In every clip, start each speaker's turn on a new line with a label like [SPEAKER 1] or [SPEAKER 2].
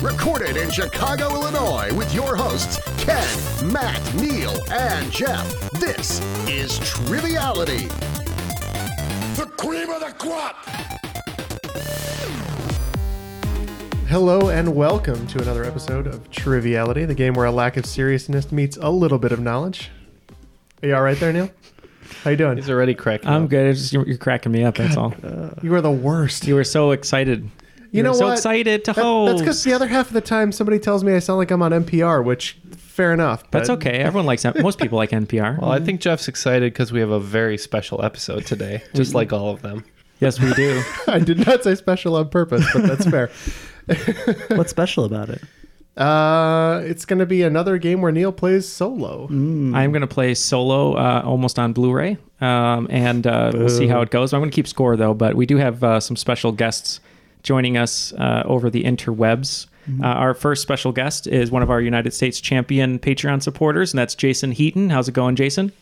[SPEAKER 1] Recorded in Chicago, Illinois, with your hosts, Ken, Matt, Neil, and Jeff. This is Triviality. The cream of the crop!
[SPEAKER 2] Hello and welcome to another episode of Triviality, the game where a lack of seriousness meets a little bit of knowledge. Are you all right there, Neil? How you doing?
[SPEAKER 3] He's already cracking.
[SPEAKER 4] I'm
[SPEAKER 3] up.
[SPEAKER 4] good. It's just, you're, you're cracking me up. That's all.
[SPEAKER 2] uh, you are the worst.
[SPEAKER 4] You were so excited. You,
[SPEAKER 2] You know
[SPEAKER 4] were so
[SPEAKER 2] what?
[SPEAKER 4] excited to
[SPEAKER 2] That-
[SPEAKER 4] host.
[SPEAKER 2] That's because the other half of the time somebody tells me I sound like I'm on NPR, which fair enough.
[SPEAKER 4] That's
[SPEAKER 2] but
[SPEAKER 4] okay. Everyone likes that. Most people like NPR.
[SPEAKER 3] Well, I think Jeff's excited because we have a very special episode today, just like all of them.
[SPEAKER 4] yes, we do.
[SPEAKER 2] I did not say special on purpose, but that's fair.
[SPEAKER 5] What's special about it?
[SPEAKER 2] Uh, it's going to be another game where Neil plays solo.
[SPEAKER 4] Mm. I'm going to play solo uh, almost on Blu ray, um, and uh, we'll see how it goes. I'm going to keep score, though, but we do have uh, some special guests joining us uh, over the interwebs.
[SPEAKER 2] Mm-hmm.
[SPEAKER 4] Uh, our first special guest is one of our United States champion Patreon supporters, and that's Jason Heaton. How's it going, Jason?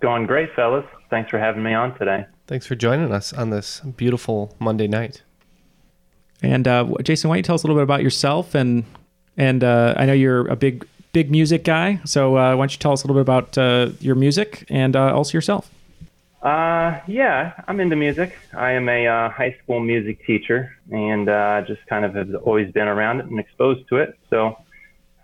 [SPEAKER 6] Going great, fellas. Thanks for having me on today.
[SPEAKER 3] Thanks for joining us on this beautiful Monday night.
[SPEAKER 4] And uh, wh- Jason, why don't you tell us a little bit about yourself? And and uh, I know you're a big big music guy, so uh, why don't you tell us a little bit about uh, your music and uh, also yourself?
[SPEAKER 6] Uh, yeah, I'm into music. I am a uh, high school music teacher and uh, just kind of have always been around it and exposed to it. So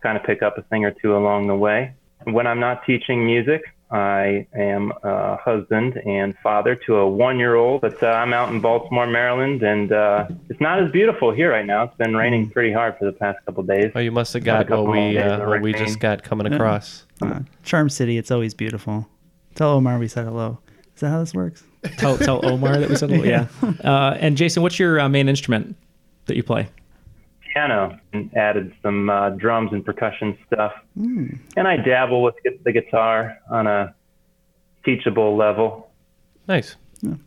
[SPEAKER 6] kind of pick up a thing or two along the way. When I'm not teaching music, I am a husband and father to a one year old, but uh, I'm out in Baltimore, Maryland, and uh, it's not as beautiful here right now. It's been raining pretty hard for the past couple days.
[SPEAKER 3] Oh, Mm. you must have
[SPEAKER 6] Got a
[SPEAKER 3] got what
[SPEAKER 6] couple more
[SPEAKER 3] we
[SPEAKER 6] days
[SPEAKER 3] uh,
[SPEAKER 6] of
[SPEAKER 3] what we
[SPEAKER 6] rain.
[SPEAKER 3] just got coming across.
[SPEAKER 5] Uh, Charm City, it's always beautiful. Tell Omar we said hello. Is that how this works?
[SPEAKER 4] Tell, tell Omar that we said a little, yeah. Uh, and Jason, what's your uh, main instrument that you play?
[SPEAKER 6] piano and added some uh, drums and percussion stuff.
[SPEAKER 4] Hmm.
[SPEAKER 6] And I dabble with gu- the guitar on a teachable level.
[SPEAKER 3] Nice.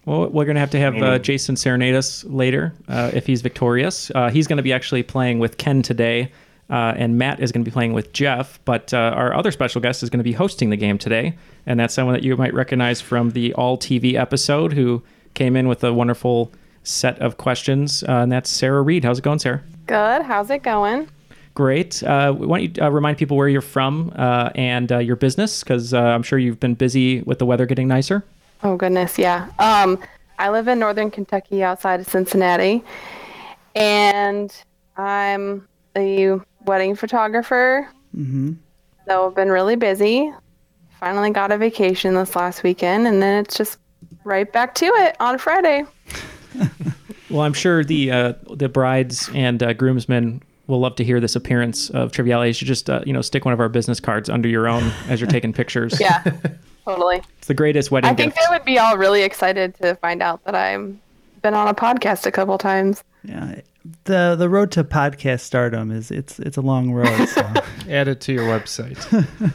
[SPEAKER 4] Well, we're going to have to have uh, Jason serenade us later uh, if he's victorious. Uh, he's going to be actually playing with Ken today, uh, and Matt is going to be playing with Jeff. But uh, our other special guest is going to be hosting the game today, and that's someone that you might recognize from the All TV episode who came in with a wonderful set of questions, uh, and that's Sarah Reed. How's it going, Sarah?
[SPEAKER 7] Good. How's it going?
[SPEAKER 4] Great. Uh, why don't you uh, remind people where you're from uh, and uh, your business? Because uh, I'm sure you've been busy with the weather getting nicer.
[SPEAKER 7] Oh goodness, yeah. Um, I live in northern Kentucky, outside of Cincinnati, and I'm a wedding photographer. Mm-hmm. So I've been really busy. Finally got a vacation this last weekend, and then it's just right back to it on Friday.
[SPEAKER 4] Well, I'm sure the uh, the brides and uh, groomsmen will love to hear this appearance of triviality. You should just uh, you know stick one of our business cards under your own as you're taking pictures.
[SPEAKER 7] Yeah, totally.
[SPEAKER 4] it's the greatest wedding
[SPEAKER 7] I think
[SPEAKER 4] gift.
[SPEAKER 7] they would be all really excited to find out that I've been on a podcast a couple times.
[SPEAKER 5] Yeah. The the road to podcast stardom is it's it's a long road. So.
[SPEAKER 3] Add it to your website.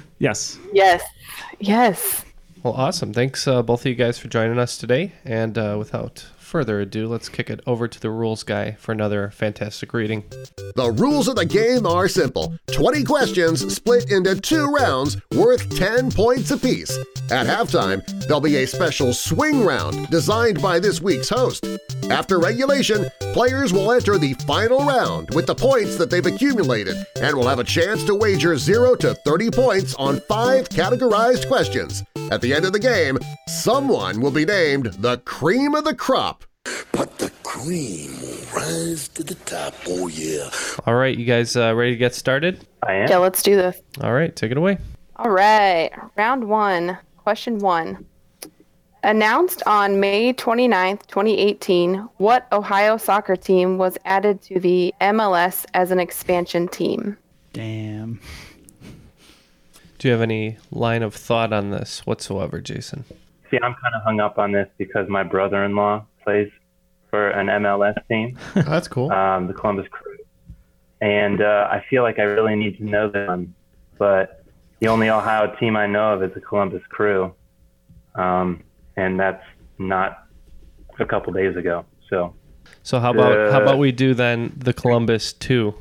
[SPEAKER 4] yes.
[SPEAKER 7] Yes, yes.
[SPEAKER 3] well, awesome. Thanks uh, both of you guys for joining us today. And uh, without further ado, let's kick it over to the rules guy for another fantastic reading.
[SPEAKER 1] The rules of the game are simple 20 questions split into two rounds worth 10 points apiece. At halftime, there'll be a special swing round designed by this week's host. After regulation, players will enter the final round with the points that they've accumulated and will have a chance to wager 0 to 30 points on five categorized questions. At the end of the game, someone will be named the cream of the crop. But the cream will rise to the top, oh yeah.
[SPEAKER 3] All right, you guys uh, ready to get started?
[SPEAKER 8] I am.
[SPEAKER 7] Yeah, let's do this.
[SPEAKER 3] All right, take it away.
[SPEAKER 7] All right, round one, question one. Announced on May 29th, 2018, what Ohio soccer team was added to the MLS as an expansion team?
[SPEAKER 5] Damn.
[SPEAKER 3] Do you have any line of thought on this whatsoever, Jason?
[SPEAKER 8] See, I'm kind of hung up on this because my brother-in-law plays for an MLS team,
[SPEAKER 2] Oh, that's cool.
[SPEAKER 8] um, the Columbus Crew, and uh, I feel like I really need to know them. But the only Ohio team I know of is the Columbus Crew, um, and that's not a couple days ago. So
[SPEAKER 3] So how about how
[SPEAKER 8] Uh,
[SPEAKER 3] about we do then the Columbus two?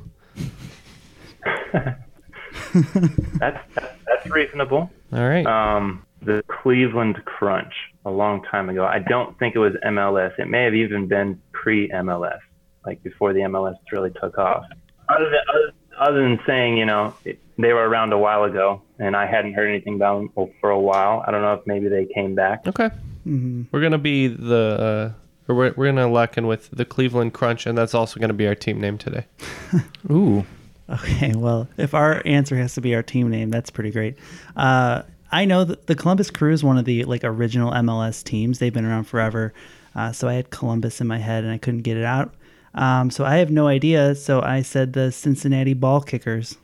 [SPEAKER 8] that's that's, that's reasonable.
[SPEAKER 3] All right.
[SPEAKER 8] Um, the Cleveland Crunch a long time ago. I don't think it was MLS. It may have even been pre-MLS, like before the MLS really took off. Other than other, other than saying, you know, it, they were around a while ago, and I hadn't heard anything about them for a while. I don't know if maybe they came back.
[SPEAKER 3] okay. We're gonna be the uh, or we're, we're gonna lock in with the Cleveland Crunch, and that's also gonna be our team name today.
[SPEAKER 4] Ooh.
[SPEAKER 5] Okay, well, if our answer has to be our team name, that's pretty great. Uh, I know that the Columbus Crew is one of the like original MLS teams. They've been around forever, uh, so I had Columbus in my head and I couldn't get it out. Um, so I have no idea. So I said the Cincinnati Ball Kickers.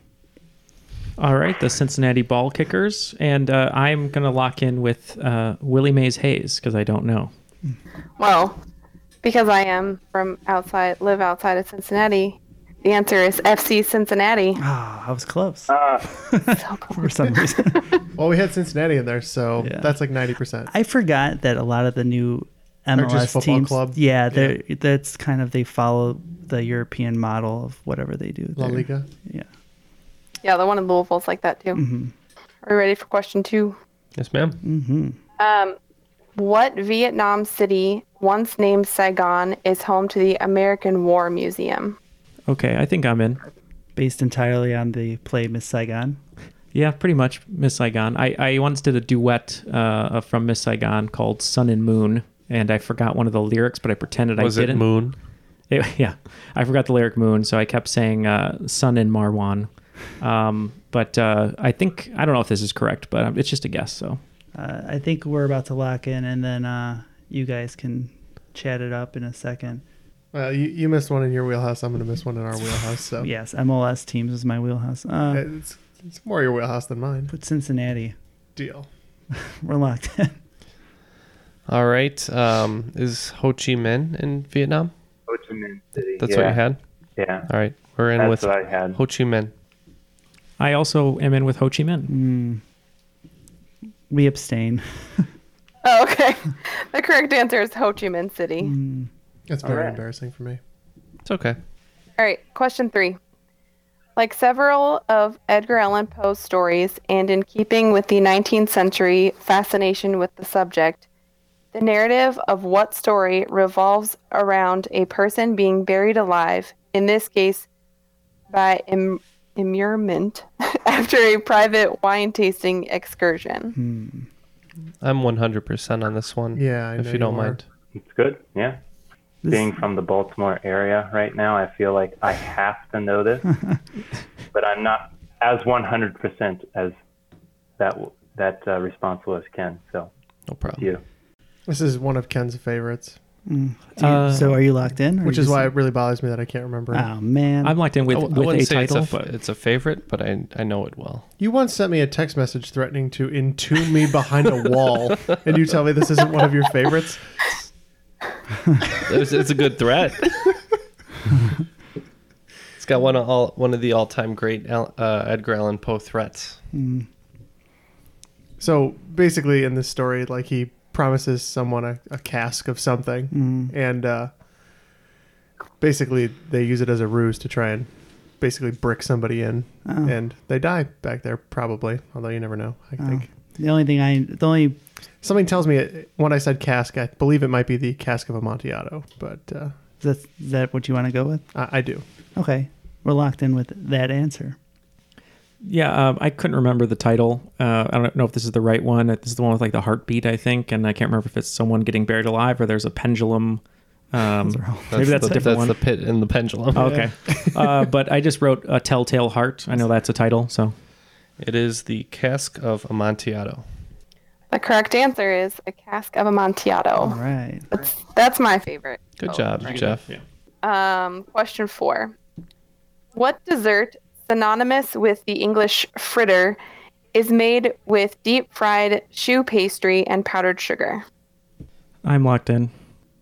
[SPEAKER 4] All right, the Cincinnati Ball Kickers, and uh, I'm gonna lock in with uh, Willie Mays Hayes because I don't know.
[SPEAKER 7] Well, because I am from outside, live outside of Cincinnati, the answer is FC Cincinnati.
[SPEAKER 5] Ah, I was close
[SPEAKER 8] Uh,
[SPEAKER 7] So cool.
[SPEAKER 5] for some reason.
[SPEAKER 2] Well, we had Cincinnati in there, so
[SPEAKER 5] Yeah.
[SPEAKER 2] that's like 90%.
[SPEAKER 5] I forgot that a lot of the new
[SPEAKER 2] Or
[SPEAKER 5] MLS
[SPEAKER 2] just football
[SPEAKER 5] teams,
[SPEAKER 2] club.
[SPEAKER 5] yeah, they're that's kind of they follow the European model of whatever they do.
[SPEAKER 2] La
[SPEAKER 5] there.
[SPEAKER 2] Liga.
[SPEAKER 5] Yeah.
[SPEAKER 7] Yeah, the one in Louisville's like that too. Are we ready for question two?
[SPEAKER 3] Yes, ma'am.
[SPEAKER 7] Um, what Vietnam city, once named Saigon, is home to the American War Museum?
[SPEAKER 4] Okay, I think I'm in.
[SPEAKER 5] based entirely on the play Miss Saigon.
[SPEAKER 4] Yeah, pretty much Miss Saigon. I, I once did a duet uh, from Miss Saigon called Sun and Moon, and I forgot one of the lyrics, but I pretended
[SPEAKER 3] Was
[SPEAKER 4] I
[SPEAKER 3] it
[SPEAKER 4] didn't.
[SPEAKER 3] Moon?
[SPEAKER 4] It- yeah, I forgot the lyric Moon, so I kept saying uh, Sun and Marwan. Um, but uh, I think, I don't know if this is correct, but um, it's just a guess. So
[SPEAKER 5] Uh, I think we're about to lock in, and then uh, you guys can chat it up in a second.
[SPEAKER 2] Well, you, you missed one in your wheelhouse. I'm going to miss one in our wheelhouse. So
[SPEAKER 5] Yes, MLS teams is my wheelhouse. Uh,
[SPEAKER 2] it's, it's more your wheelhouse than mine.
[SPEAKER 5] put Cincinnati.
[SPEAKER 2] Deal.
[SPEAKER 5] We're locked in.
[SPEAKER 3] All right. Um, is Ho Chi Minh in Vietnam?
[SPEAKER 8] Ho Chi Minh City.
[SPEAKER 3] That's
[SPEAKER 8] yeah,
[SPEAKER 3] what you had.
[SPEAKER 8] Yeah,
[SPEAKER 3] All right, we're in
[SPEAKER 8] that's
[SPEAKER 3] with
[SPEAKER 8] what I had.
[SPEAKER 3] Ho Chi Minh.
[SPEAKER 4] I also am in with Ho Chi Minh.
[SPEAKER 5] Hmm. We abstain.
[SPEAKER 7] Oh, okay. the correct answer is Ho Chi Minh City.
[SPEAKER 5] Hmm.
[SPEAKER 4] Hmm.
[SPEAKER 2] That's very
[SPEAKER 8] right.
[SPEAKER 2] embarrassing for me.
[SPEAKER 3] It's okay.
[SPEAKER 7] All right, question three. Like several of Edgar Allan Poe's stories, and in keeping with the 19th century fascination with the subject, the narrative of what story revolves around a person being buried alive, in this case by Im- immurement, after a private wine tasting excursion.
[SPEAKER 3] Hmm. I'm 100% on this one.
[SPEAKER 2] Yeah, I
[SPEAKER 3] if
[SPEAKER 2] know
[SPEAKER 3] you
[SPEAKER 2] you
[SPEAKER 3] don't
[SPEAKER 2] are.
[SPEAKER 3] mind.
[SPEAKER 8] it's good. Yeah. Being from the Baltimore area right now, I feel like I have to know this, but I'm not as 100% as that that uh, response was Ken. So
[SPEAKER 3] No problem.
[SPEAKER 8] you.
[SPEAKER 2] This is one of Ken's favorites,
[SPEAKER 4] Hmm.
[SPEAKER 5] Do you-
[SPEAKER 4] Uh,
[SPEAKER 5] so are you locked in? or
[SPEAKER 2] which
[SPEAKER 5] you
[SPEAKER 2] is why
[SPEAKER 5] just-
[SPEAKER 2] it really bothers me that I can't remember. it.
[SPEAKER 5] Oh man.
[SPEAKER 4] I'm locked in with,
[SPEAKER 3] I w- I
[SPEAKER 4] with
[SPEAKER 3] wouldn't
[SPEAKER 4] a
[SPEAKER 3] say
[SPEAKER 4] title,
[SPEAKER 3] it's a, f-
[SPEAKER 4] but
[SPEAKER 3] it's a favorite, but I I know it well.
[SPEAKER 2] You once sent me a text message threatening to entomb me behind a wall, and you tell me this isn't one of your favorites.
[SPEAKER 3] It's, it's a good threat. it's got one of all one of the all time great Al- uh, Edgar Allan Poe threats.
[SPEAKER 5] Hmm.
[SPEAKER 2] So basically, in this story, like he promises someone a, a cask of something,
[SPEAKER 5] Hmm.
[SPEAKER 2] and uh, basically they use it as a ruse to try and basically brick somebody in,
[SPEAKER 5] Oh.
[SPEAKER 2] and they die back there probably. Although you never know. I think
[SPEAKER 5] the only thing I the only
[SPEAKER 2] something tells me it, when I said cask, I believe it might be the cask of Amontillado, but uh,
[SPEAKER 5] is that, is that what you want to go with?
[SPEAKER 2] I, I do.
[SPEAKER 5] Okay, we're locked in with that answer.
[SPEAKER 4] Yeah, um, I couldn't remember the title. Uh, I don't know if this is the right one. This is the one with like the heartbeat, I think, and I can't remember if it's someone getting buried alive or there's a pendulum. Um, maybe that's
[SPEAKER 3] the,
[SPEAKER 4] a different
[SPEAKER 3] that's
[SPEAKER 4] one.
[SPEAKER 3] the pit and the pendulum.
[SPEAKER 4] okay, uh, but I just wrote a Telltale Heart. I know that's a title, so
[SPEAKER 3] It is the cask of Amontillado.
[SPEAKER 7] The correct answer is a cask of
[SPEAKER 5] All
[SPEAKER 7] Amontillado.
[SPEAKER 5] right.
[SPEAKER 7] That's, that's my favorite.
[SPEAKER 3] Good
[SPEAKER 7] Oh,
[SPEAKER 3] job, Jeff.
[SPEAKER 7] Um, question four. What dessert, synonymous with the English fritter, is made with deep fried choux pastry and powdered sugar?
[SPEAKER 4] I'm locked in.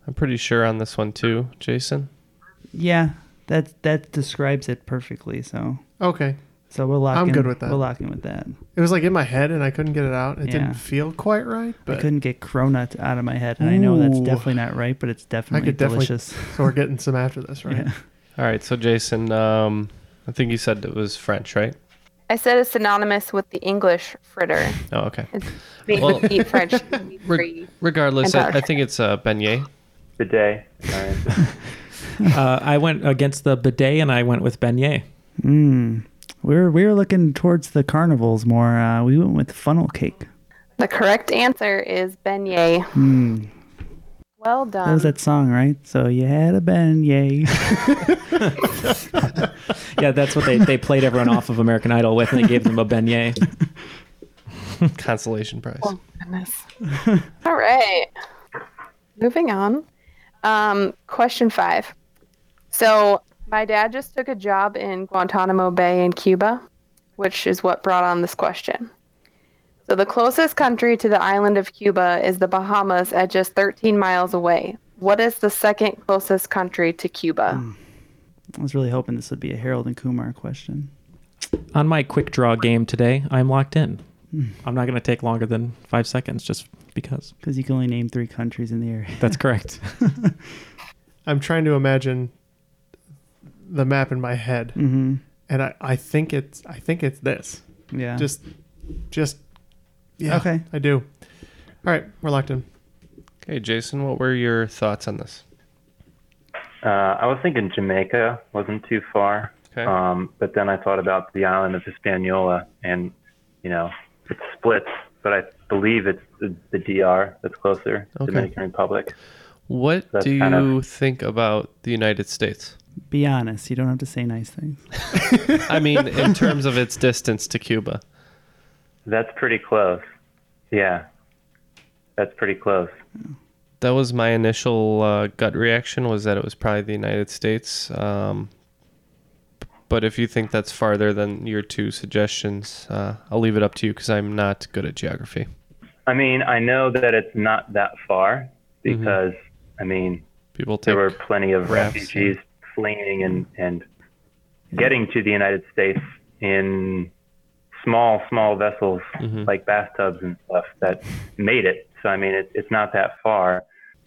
[SPEAKER 3] I'm pretty sure on this one too, Jason.
[SPEAKER 5] Yeah, that that describes it perfectly. So
[SPEAKER 2] Okay.
[SPEAKER 5] so we'll lock.
[SPEAKER 2] I'm
[SPEAKER 5] in,
[SPEAKER 2] good with that.
[SPEAKER 5] We'll lock in with that.
[SPEAKER 2] It was like in my head and I couldn't get it out. It
[SPEAKER 5] Yeah.
[SPEAKER 2] didn't feel quite right,
[SPEAKER 5] I
[SPEAKER 2] but
[SPEAKER 5] couldn't get cronut out of my head, and I know that's
[SPEAKER 2] Ooh.
[SPEAKER 5] definitely not right, but it's
[SPEAKER 2] I
[SPEAKER 5] definitely
[SPEAKER 2] could definitely.
[SPEAKER 5] delicious.
[SPEAKER 2] So we're getting some after this, right?
[SPEAKER 5] Yeah.
[SPEAKER 3] All right, so Jason, um, I think you said it was French, right?
[SPEAKER 7] I said it's synonymous with the English fritter.
[SPEAKER 3] Oh, okay.
[SPEAKER 7] It's made
[SPEAKER 3] Well-
[SPEAKER 7] with deep fried choux pastry.
[SPEAKER 3] Reg- regardless, I,
[SPEAKER 7] And
[SPEAKER 3] I think it's uh, beignet.
[SPEAKER 6] Bidet. All right.
[SPEAKER 4] Uh, I went against the bidet and I went with beignet.
[SPEAKER 5] Mm. We were we were looking towards the carnivals more. Uh, we went with funnel cake.
[SPEAKER 7] The correct answer is beignet.
[SPEAKER 5] Mm.
[SPEAKER 7] Well
[SPEAKER 5] That
[SPEAKER 7] done.
[SPEAKER 5] was that song, right? So you had a beignet.
[SPEAKER 4] Yeah, that's what they, they played everyone off of American Idol with, and they gave them a beignet.
[SPEAKER 3] Consolation prize.
[SPEAKER 7] Goodness. All right. Moving on. Um, question five. So, my dad just took a job in Guantanamo Bay in Cuba, which is what brought on this question. So, the closest country to the island of Cuba is the Bahamas at just 13 miles away. What is the second closest country to Cuba?
[SPEAKER 5] I was really hoping this would be a Harold and Kumar question.
[SPEAKER 4] On my quick draw game today, I'm locked in. I'm not going to take longer than five seconds just because.
[SPEAKER 5] Because you can only name three countries in the area.
[SPEAKER 4] That's correct.
[SPEAKER 2] I'm trying to imagine the map in my head,
[SPEAKER 5] Mm-hmm.
[SPEAKER 2] and I, I think it's I think it's this.
[SPEAKER 5] Yeah.
[SPEAKER 2] Just, just, yeah.
[SPEAKER 5] Okay.
[SPEAKER 2] I do. All right, we're locked in.
[SPEAKER 3] Okay, Jason, what were your thoughts on this?
[SPEAKER 6] Uh, I was thinking Jamaica wasn't too far,
[SPEAKER 3] Okay.
[SPEAKER 6] um, but then I thought about the island of Hispaniola, and you know, it splits. But I believe it's the, the DR that's closer,
[SPEAKER 3] Okay.
[SPEAKER 6] Dominican Republic.
[SPEAKER 3] What
[SPEAKER 6] That's
[SPEAKER 3] do you
[SPEAKER 6] kind of-
[SPEAKER 3] think about the United States?
[SPEAKER 5] be honest. You don't have to say nice things.
[SPEAKER 3] I mean, in terms of its distance to Cuba.
[SPEAKER 6] That's pretty close. Yeah, that's pretty close.
[SPEAKER 3] That was my initial uh, gut reaction was that it was probably the United States. Um, but if you think that's farther than your two suggestions, uh, I'll leave it up to you because I'm not good at geography.
[SPEAKER 6] I mean, I know that it's not that far because I mean
[SPEAKER 3] Mm-hmm. People take
[SPEAKER 6] there were plenty of
[SPEAKER 3] rafts,
[SPEAKER 6] refugees fleeing and, and getting to the United States in small, small vessels
[SPEAKER 3] Mm-hmm.
[SPEAKER 6] like bathtubs and stuff that made it. So, I mean, it, it's not that far.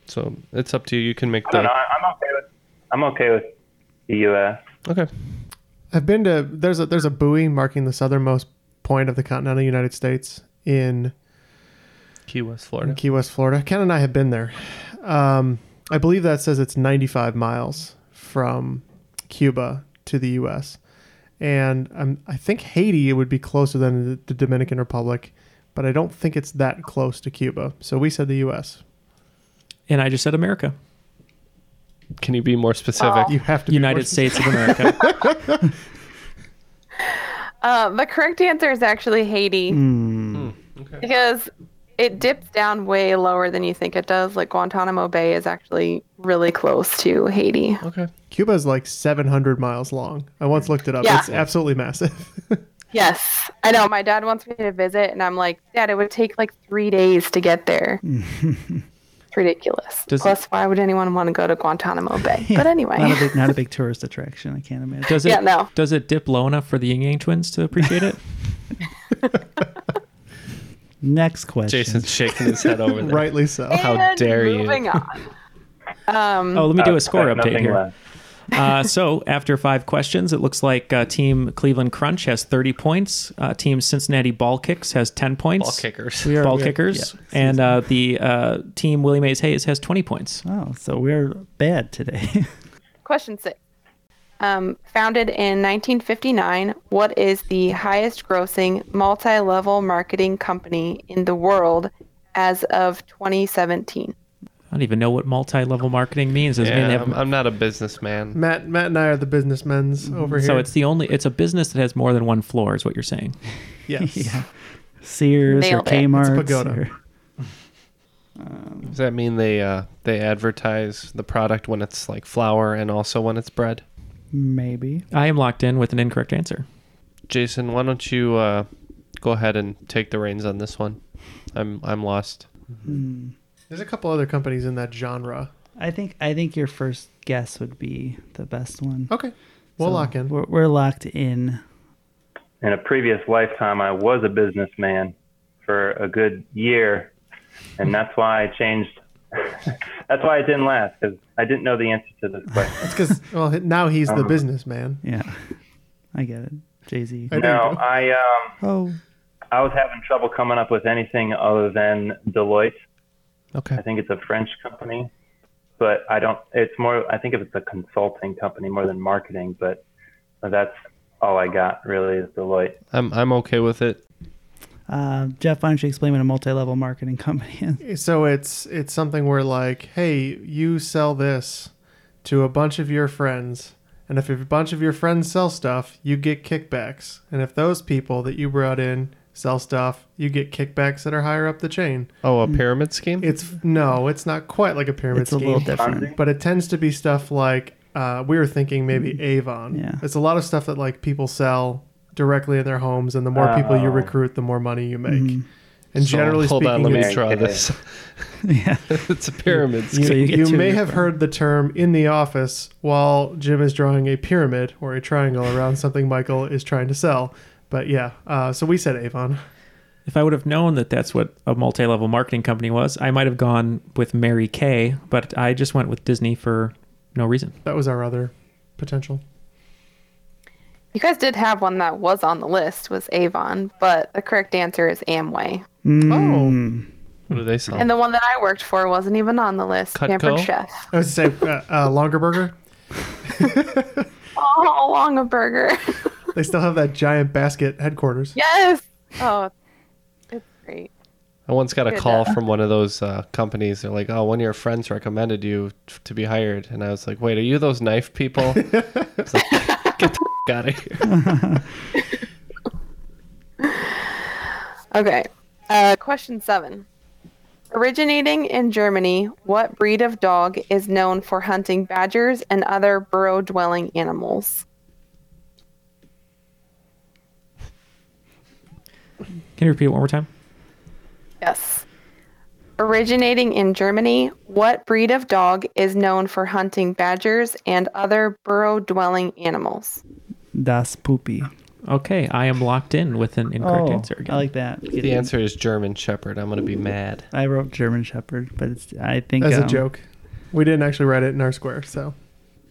[SPEAKER 3] so it's up to you. You can make
[SPEAKER 6] I don't know.
[SPEAKER 3] the
[SPEAKER 6] I, I'm okay with, I'm okay with the U.S.
[SPEAKER 3] okay.
[SPEAKER 2] I've been to there's a there's a buoy marking the southernmost point of the continental United States in
[SPEAKER 3] Key West, Florida.
[SPEAKER 2] Key West, Florida. Ken and I have been there. Um, I believe that says it's 95 miles from Cuba to the U.S. And um, I think Haiti it would be closer than the, the Dominican Republic, but I don't think it's that close to Cuba. So we said the U.S.
[SPEAKER 4] and I just said America,
[SPEAKER 3] Can you be more specific?
[SPEAKER 2] You have to be more
[SPEAKER 4] United States of America.
[SPEAKER 7] Uh, the correct answer is actually Haiti.
[SPEAKER 4] Hmm.
[SPEAKER 2] Hmm.
[SPEAKER 7] Because it dips down way lower than you think it does. Like Guantanamo Bay is actually really close to Haiti.
[SPEAKER 3] Okay.
[SPEAKER 2] Cuba is like 700 miles long. I once looked it up.
[SPEAKER 7] Yeah.
[SPEAKER 2] It's absolutely massive.
[SPEAKER 7] Yes, I know. My dad wants me to visit, and I'm like, Dad, it would take like three days to get there. it's ridiculous.
[SPEAKER 4] Does
[SPEAKER 7] Plus, why would anyone want to go to Guantanamo Bay? But
[SPEAKER 5] Not a
[SPEAKER 7] anyway,
[SPEAKER 5] big, not a big tourist attraction. I can't imagine.
[SPEAKER 4] Does it,
[SPEAKER 7] Yeah, no.
[SPEAKER 4] does it dip low enough for the Ying Yang twins to appreciate it?
[SPEAKER 5] Next question.
[SPEAKER 3] Jason's shaking his head over there.
[SPEAKER 2] Rightly so.
[SPEAKER 3] How
[SPEAKER 7] And
[SPEAKER 3] dare you.
[SPEAKER 7] Moving on. Um,
[SPEAKER 4] Oh, let me do
[SPEAKER 6] Uh,
[SPEAKER 4] a score
[SPEAKER 6] uh,
[SPEAKER 4] update
[SPEAKER 6] nothing
[SPEAKER 4] here.
[SPEAKER 6] less.
[SPEAKER 4] Uh, so after five questions, it looks like uh, Team Cleveland Crunch has 30 points. Uh, team Cincinnati Ball Kicks has 10 points.
[SPEAKER 3] Ball kickers.
[SPEAKER 4] Ball
[SPEAKER 5] we are-
[SPEAKER 4] kickers.
[SPEAKER 5] yeah,
[SPEAKER 4] and uh, the uh, team Willie Mays Hayes has 20 points.
[SPEAKER 5] Oh, so we're bad today.
[SPEAKER 7] Question six. Um, founded in 1959, what is the highest grossing multi level marketing company in the world as of 2017?
[SPEAKER 4] I don't even know what multi-level marketing means. Does it mean
[SPEAKER 3] Yeah,
[SPEAKER 4] they
[SPEAKER 3] I'm,
[SPEAKER 4] have-
[SPEAKER 3] I'm not a businessman.
[SPEAKER 2] Matt, Matt and I are the businessmen's over
[SPEAKER 4] Mm-hmm.
[SPEAKER 2] here.
[SPEAKER 4] so it's the only. It's a business that has more than one floor, is what you're saying.
[SPEAKER 2] yes.
[SPEAKER 5] Sears
[SPEAKER 7] Nailed
[SPEAKER 5] or
[SPEAKER 7] it. It's
[SPEAKER 5] Kmart.
[SPEAKER 2] Pagoda.
[SPEAKER 3] Does that mean they uh, they advertise the product when it's like flour and also when it's bread?
[SPEAKER 5] maybe.
[SPEAKER 4] I am locked in with an incorrect answer.
[SPEAKER 3] Jason, why don't you uh, go ahead and take the reins on this one? I'm I'm lost.
[SPEAKER 2] There's a couple other Hmm. companies in that genre.
[SPEAKER 5] I think I think your first guess would be the best one.
[SPEAKER 2] Okay. We'll
[SPEAKER 5] So
[SPEAKER 2] lock in.
[SPEAKER 5] We're, we're locked in.
[SPEAKER 6] In a previous lifetime, I was a businessman for a good year, and that's why I changed. that's why it didn't last because I didn't know the answer to this question.
[SPEAKER 2] That's because well he- now he's the businessman.
[SPEAKER 5] Yeah, I get it. Jay Z.
[SPEAKER 2] I do.
[SPEAKER 6] No, I um,
[SPEAKER 5] Oh,
[SPEAKER 6] I was having trouble coming up with anything other than Deloitte.
[SPEAKER 3] Okay.
[SPEAKER 6] I think it's a French company, but I don't. It's more. I think if it's a consulting company more than marketing, but that's all I got really is Deloitte.
[SPEAKER 3] I'm I'm okay with it.
[SPEAKER 5] uh, Jeff, why don't you explain what a multi-level marketing company is?
[SPEAKER 2] So it's it's something where like, hey, you sell this to a bunch of your friends, and if a bunch of your friends sell stuff, you get kickbacks. And if those people that you brought in sell stuff, you get kickbacks that are higher up the chain.
[SPEAKER 3] Oh, a pyramid scheme?
[SPEAKER 2] It's no, it's not quite like a pyramid
[SPEAKER 5] Mm. It's a
[SPEAKER 2] scheme,
[SPEAKER 5] little different.
[SPEAKER 2] but it tends to be stuff like uh, we were thinking maybe Avon.
[SPEAKER 5] Mm. Yeah.
[SPEAKER 2] it's a lot of stuff that like people sell directly in their homes, and the more people you recruit, the more money you make. Mm. And
[SPEAKER 3] So,
[SPEAKER 2] generally
[SPEAKER 3] hold
[SPEAKER 2] speaking,
[SPEAKER 3] on, let
[SPEAKER 2] it's-
[SPEAKER 3] me draw
[SPEAKER 6] Okay.
[SPEAKER 3] this.
[SPEAKER 5] yeah.
[SPEAKER 3] it's a pyramid scheme.
[SPEAKER 5] So you get
[SPEAKER 2] you
[SPEAKER 5] two
[SPEAKER 2] may
[SPEAKER 5] of
[SPEAKER 2] have
[SPEAKER 5] them.
[SPEAKER 2] heard the term in the office while Jim is drawing a pyramid or a triangle around something Michael is trying to sell. But yeah, uh, so we said Avon.
[SPEAKER 4] If I would have known that that's what a multi-level marketing company was, I might have gone with Mary Kay, but I just went with Disney for no reason.
[SPEAKER 2] That was our other potential.
[SPEAKER 7] You guys did have one that was on the list, was Avon, but the correct answer is Amway.
[SPEAKER 2] Mm. Oh.
[SPEAKER 3] What do they sell?
[SPEAKER 7] And the one that I worked for wasn't even on the list,
[SPEAKER 3] Cutco?
[SPEAKER 7] Pampered Chef.
[SPEAKER 2] I was to say uh, uh, Longer Burger.
[SPEAKER 7] Oh, along a burger.
[SPEAKER 2] They still have that giant basket headquarters.
[SPEAKER 7] yes. Oh, it's great.
[SPEAKER 3] I once got a
[SPEAKER 7] Good,
[SPEAKER 3] call
[SPEAKER 7] uh,
[SPEAKER 3] from one of those uh, companies. They're like, "Oh, one of your friends recommended you t- to be hired," and I was like, "Wait, are you those knife people?" It's like, Get the out of here.
[SPEAKER 7] Okay. Uh, question seven. Originating in Germany, what breed of dog is known for hunting badgers and other burrow dwelling animals?
[SPEAKER 4] Can you repeat it one more time?
[SPEAKER 7] Yes. Originating in Germany, what breed of dog is known for hunting badgers and other burrow dwelling animals?
[SPEAKER 5] Das Poopy.
[SPEAKER 4] Okay, I am locked in with an incorrect answer again.
[SPEAKER 5] Oh, I like that. Get
[SPEAKER 3] The
[SPEAKER 5] in.
[SPEAKER 3] answer is German Shepherd. I'm gonna be mad.
[SPEAKER 5] I wrote German Shepherd, but it's I think
[SPEAKER 2] As a
[SPEAKER 5] um,
[SPEAKER 2] joke. We didn't actually write it in our square, so a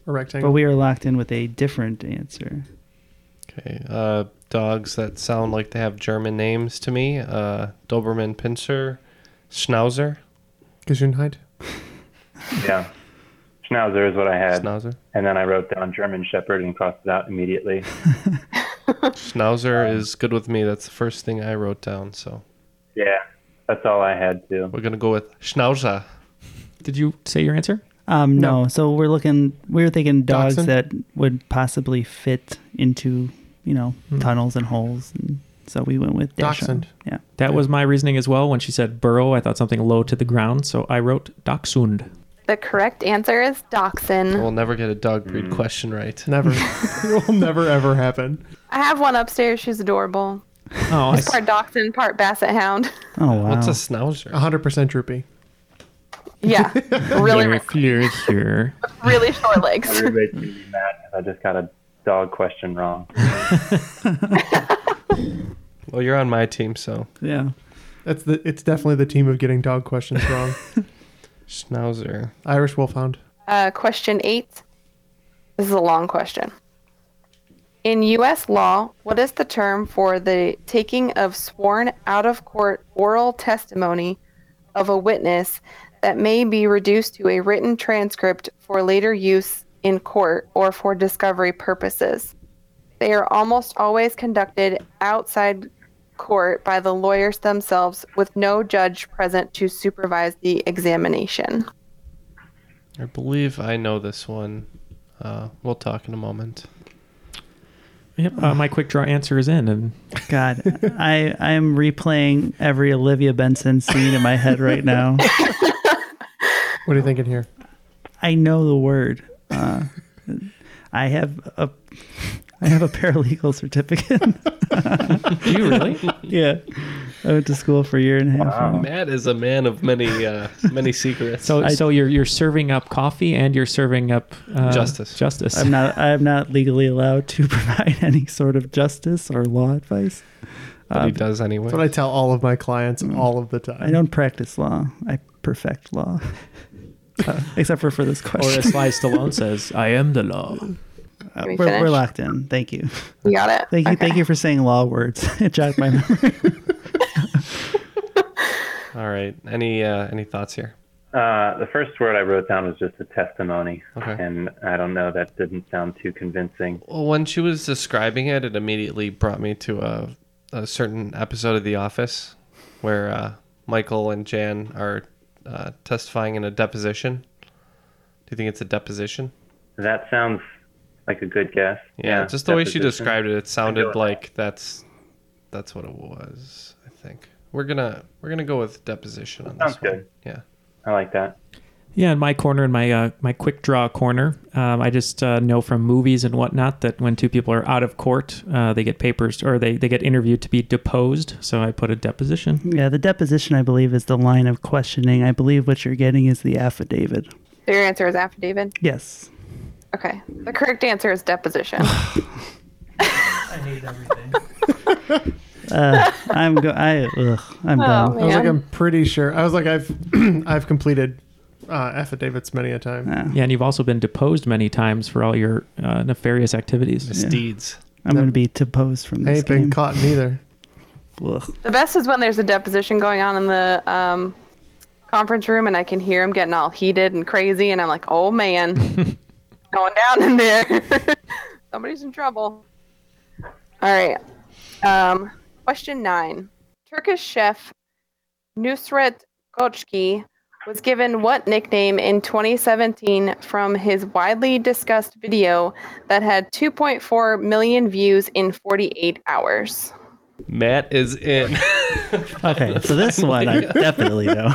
[SPEAKER 5] But
[SPEAKER 2] rectangle.
[SPEAKER 5] we are locked in with a different answer.
[SPEAKER 3] Okay, uh, dogs that sound like they have German names to me: uh, Doberman Pinscher, Schnauzer,
[SPEAKER 2] Gesundheit.
[SPEAKER 6] Yeah, Schnauzer is what I had,
[SPEAKER 3] Schnauzer.
[SPEAKER 6] and then I wrote down German Shepherd and crossed it out immediately.
[SPEAKER 3] Schnauzer is good with me. That's the first thing I wrote down. So
[SPEAKER 6] Yeah, that's all I had too.
[SPEAKER 3] we're gonna go with Schnauzer.
[SPEAKER 4] Did you say your answer?
[SPEAKER 5] Um, no. so we're looking. We were thinking dogs
[SPEAKER 3] Dachshund?
[SPEAKER 5] that would possibly fit into you know
[SPEAKER 4] Hmm.
[SPEAKER 5] tunnels and holes, and so we went with Dachshund.
[SPEAKER 2] Dachshund.
[SPEAKER 5] Yeah,
[SPEAKER 4] That was my reasoning as well. When she said burrow, I thought something low to the ground, so I wrote dachshund.
[SPEAKER 7] The correct answer is dachshund.
[SPEAKER 3] We'll never get a dog breed question right.
[SPEAKER 2] Never. it will never ever happen.
[SPEAKER 7] I have one upstairs. She's adorable.
[SPEAKER 4] Oh, I s-
[SPEAKER 7] Part dachshund, part basset hound.
[SPEAKER 5] Oh wow.
[SPEAKER 3] What's a Schnauzer?
[SPEAKER 2] 100% droopy.
[SPEAKER 7] Yeah, really,
[SPEAKER 4] Sure.
[SPEAKER 7] really short legs.
[SPEAKER 6] Everybody's gonna be mad 'cause I just got a dog question wrong.
[SPEAKER 3] Well, you're on my team, so
[SPEAKER 5] yeah.
[SPEAKER 2] That's the. It's definitely the team of getting dog questions wrong.
[SPEAKER 3] Schnauzer.
[SPEAKER 2] Irish Wolfhound.
[SPEAKER 7] Uh, question eight. This is a long question. In U.S. law, what is the term for the taking of sworn out of court oral testimony of a witness that may be reduced to a written transcript for later use in court or for discovery purposes. They are almost always conducted outside court by the lawyers themselves with no judge present to supervise the examination.
[SPEAKER 3] I believe I know this one. Uh, we'll talk in a moment.
[SPEAKER 4] Yep, uh, my quick draw answer is in, and
[SPEAKER 5] God, I I am replaying every Olivia Benson scene in my head right now.
[SPEAKER 2] What are you thinking here?
[SPEAKER 5] I know the word. Uh, I have a I have a paralegal certificate.
[SPEAKER 4] do you really?
[SPEAKER 5] yeah, I went to school for a year and a half.
[SPEAKER 3] Matt is a man of many uh, many secrets.
[SPEAKER 4] So, so you're you're serving up coffee and you're serving up uh,
[SPEAKER 3] Justice.
[SPEAKER 4] Justice.
[SPEAKER 5] I'm not I'm not legally allowed to provide any sort of justice or law advice. Um,
[SPEAKER 3] but he does anyway.
[SPEAKER 2] That's what I tell all of my clients all of the
[SPEAKER 5] I
[SPEAKER 2] time.
[SPEAKER 5] don't practice law. I perfect law. Uh, except for for this
[SPEAKER 4] or
[SPEAKER 5] question.
[SPEAKER 4] as Sly Stallone says, "I am the law."
[SPEAKER 5] Uh,
[SPEAKER 7] Can we
[SPEAKER 5] we're, we're
[SPEAKER 7] finish?
[SPEAKER 5] locked in. Thank you.
[SPEAKER 7] You got it?
[SPEAKER 5] Thank you. Thank you for saying law words. it jogged my memory.
[SPEAKER 3] All right. Any uh, any thoughts here?
[SPEAKER 6] Uh, the first word I wrote down was just a testimony,
[SPEAKER 3] Okay.
[SPEAKER 6] and I don't know that didn't sound too convincing.
[SPEAKER 3] Well, when she was describing it, it immediately brought me to a, a certain episode of The Office where uh, Michael and Jan are uh, testifying in a deposition. Do you think it's a deposition?
[SPEAKER 6] That sounds like a good guess.
[SPEAKER 3] Yeah, just the way she
[SPEAKER 6] deposition.
[SPEAKER 3] described it, it sounded
[SPEAKER 6] that.
[SPEAKER 3] like that's that's what it was. I think we're gonna we're gonna go with deposition on this
[SPEAKER 6] Sounds
[SPEAKER 3] one.
[SPEAKER 6] good.
[SPEAKER 3] Yeah.
[SPEAKER 6] I like that.
[SPEAKER 4] Yeah, in my corner, in my uh, my quick draw corner, um, I just uh, know from movies and whatnot that when two people are out of court, uh, they get papers or they, they get interviewed to be deposed. So I put a deposition.
[SPEAKER 5] yeah, the deposition I believe is the line of questioning. I believe what you're getting is the affidavit.
[SPEAKER 7] So your answer is affidavit?
[SPEAKER 5] Yes.
[SPEAKER 7] Okay. The correct answer is deposition.
[SPEAKER 5] Uh, I'm go. I ugh, I'm
[SPEAKER 7] oh,
[SPEAKER 2] I
[SPEAKER 5] done.
[SPEAKER 2] was like,
[SPEAKER 7] man.
[SPEAKER 2] I'm pretty sure. I was like, I've I've completed uh, affidavits many a time.
[SPEAKER 4] Yeah, and you've also been deposed many times for all your uh, nefarious activities.
[SPEAKER 3] Misdeeds.
[SPEAKER 5] I'm going to be deposed from
[SPEAKER 2] I
[SPEAKER 5] this
[SPEAKER 2] ain't been
[SPEAKER 5] game.
[SPEAKER 2] caught neither.
[SPEAKER 5] Ugh.
[SPEAKER 7] The best is when there's a deposition going on in the um, conference room and I can hear him getting all heated and crazy, and I'm like, oh man, going down in there. Somebody's in trouble. All right. Um, question nine Turkish chef Nusret Kochki was given what nickname in 2017 from his widely discussed video that had 2.4 million views in 48 hours?
[SPEAKER 3] Matt is in.
[SPEAKER 5] Okay, so this one I definitely know.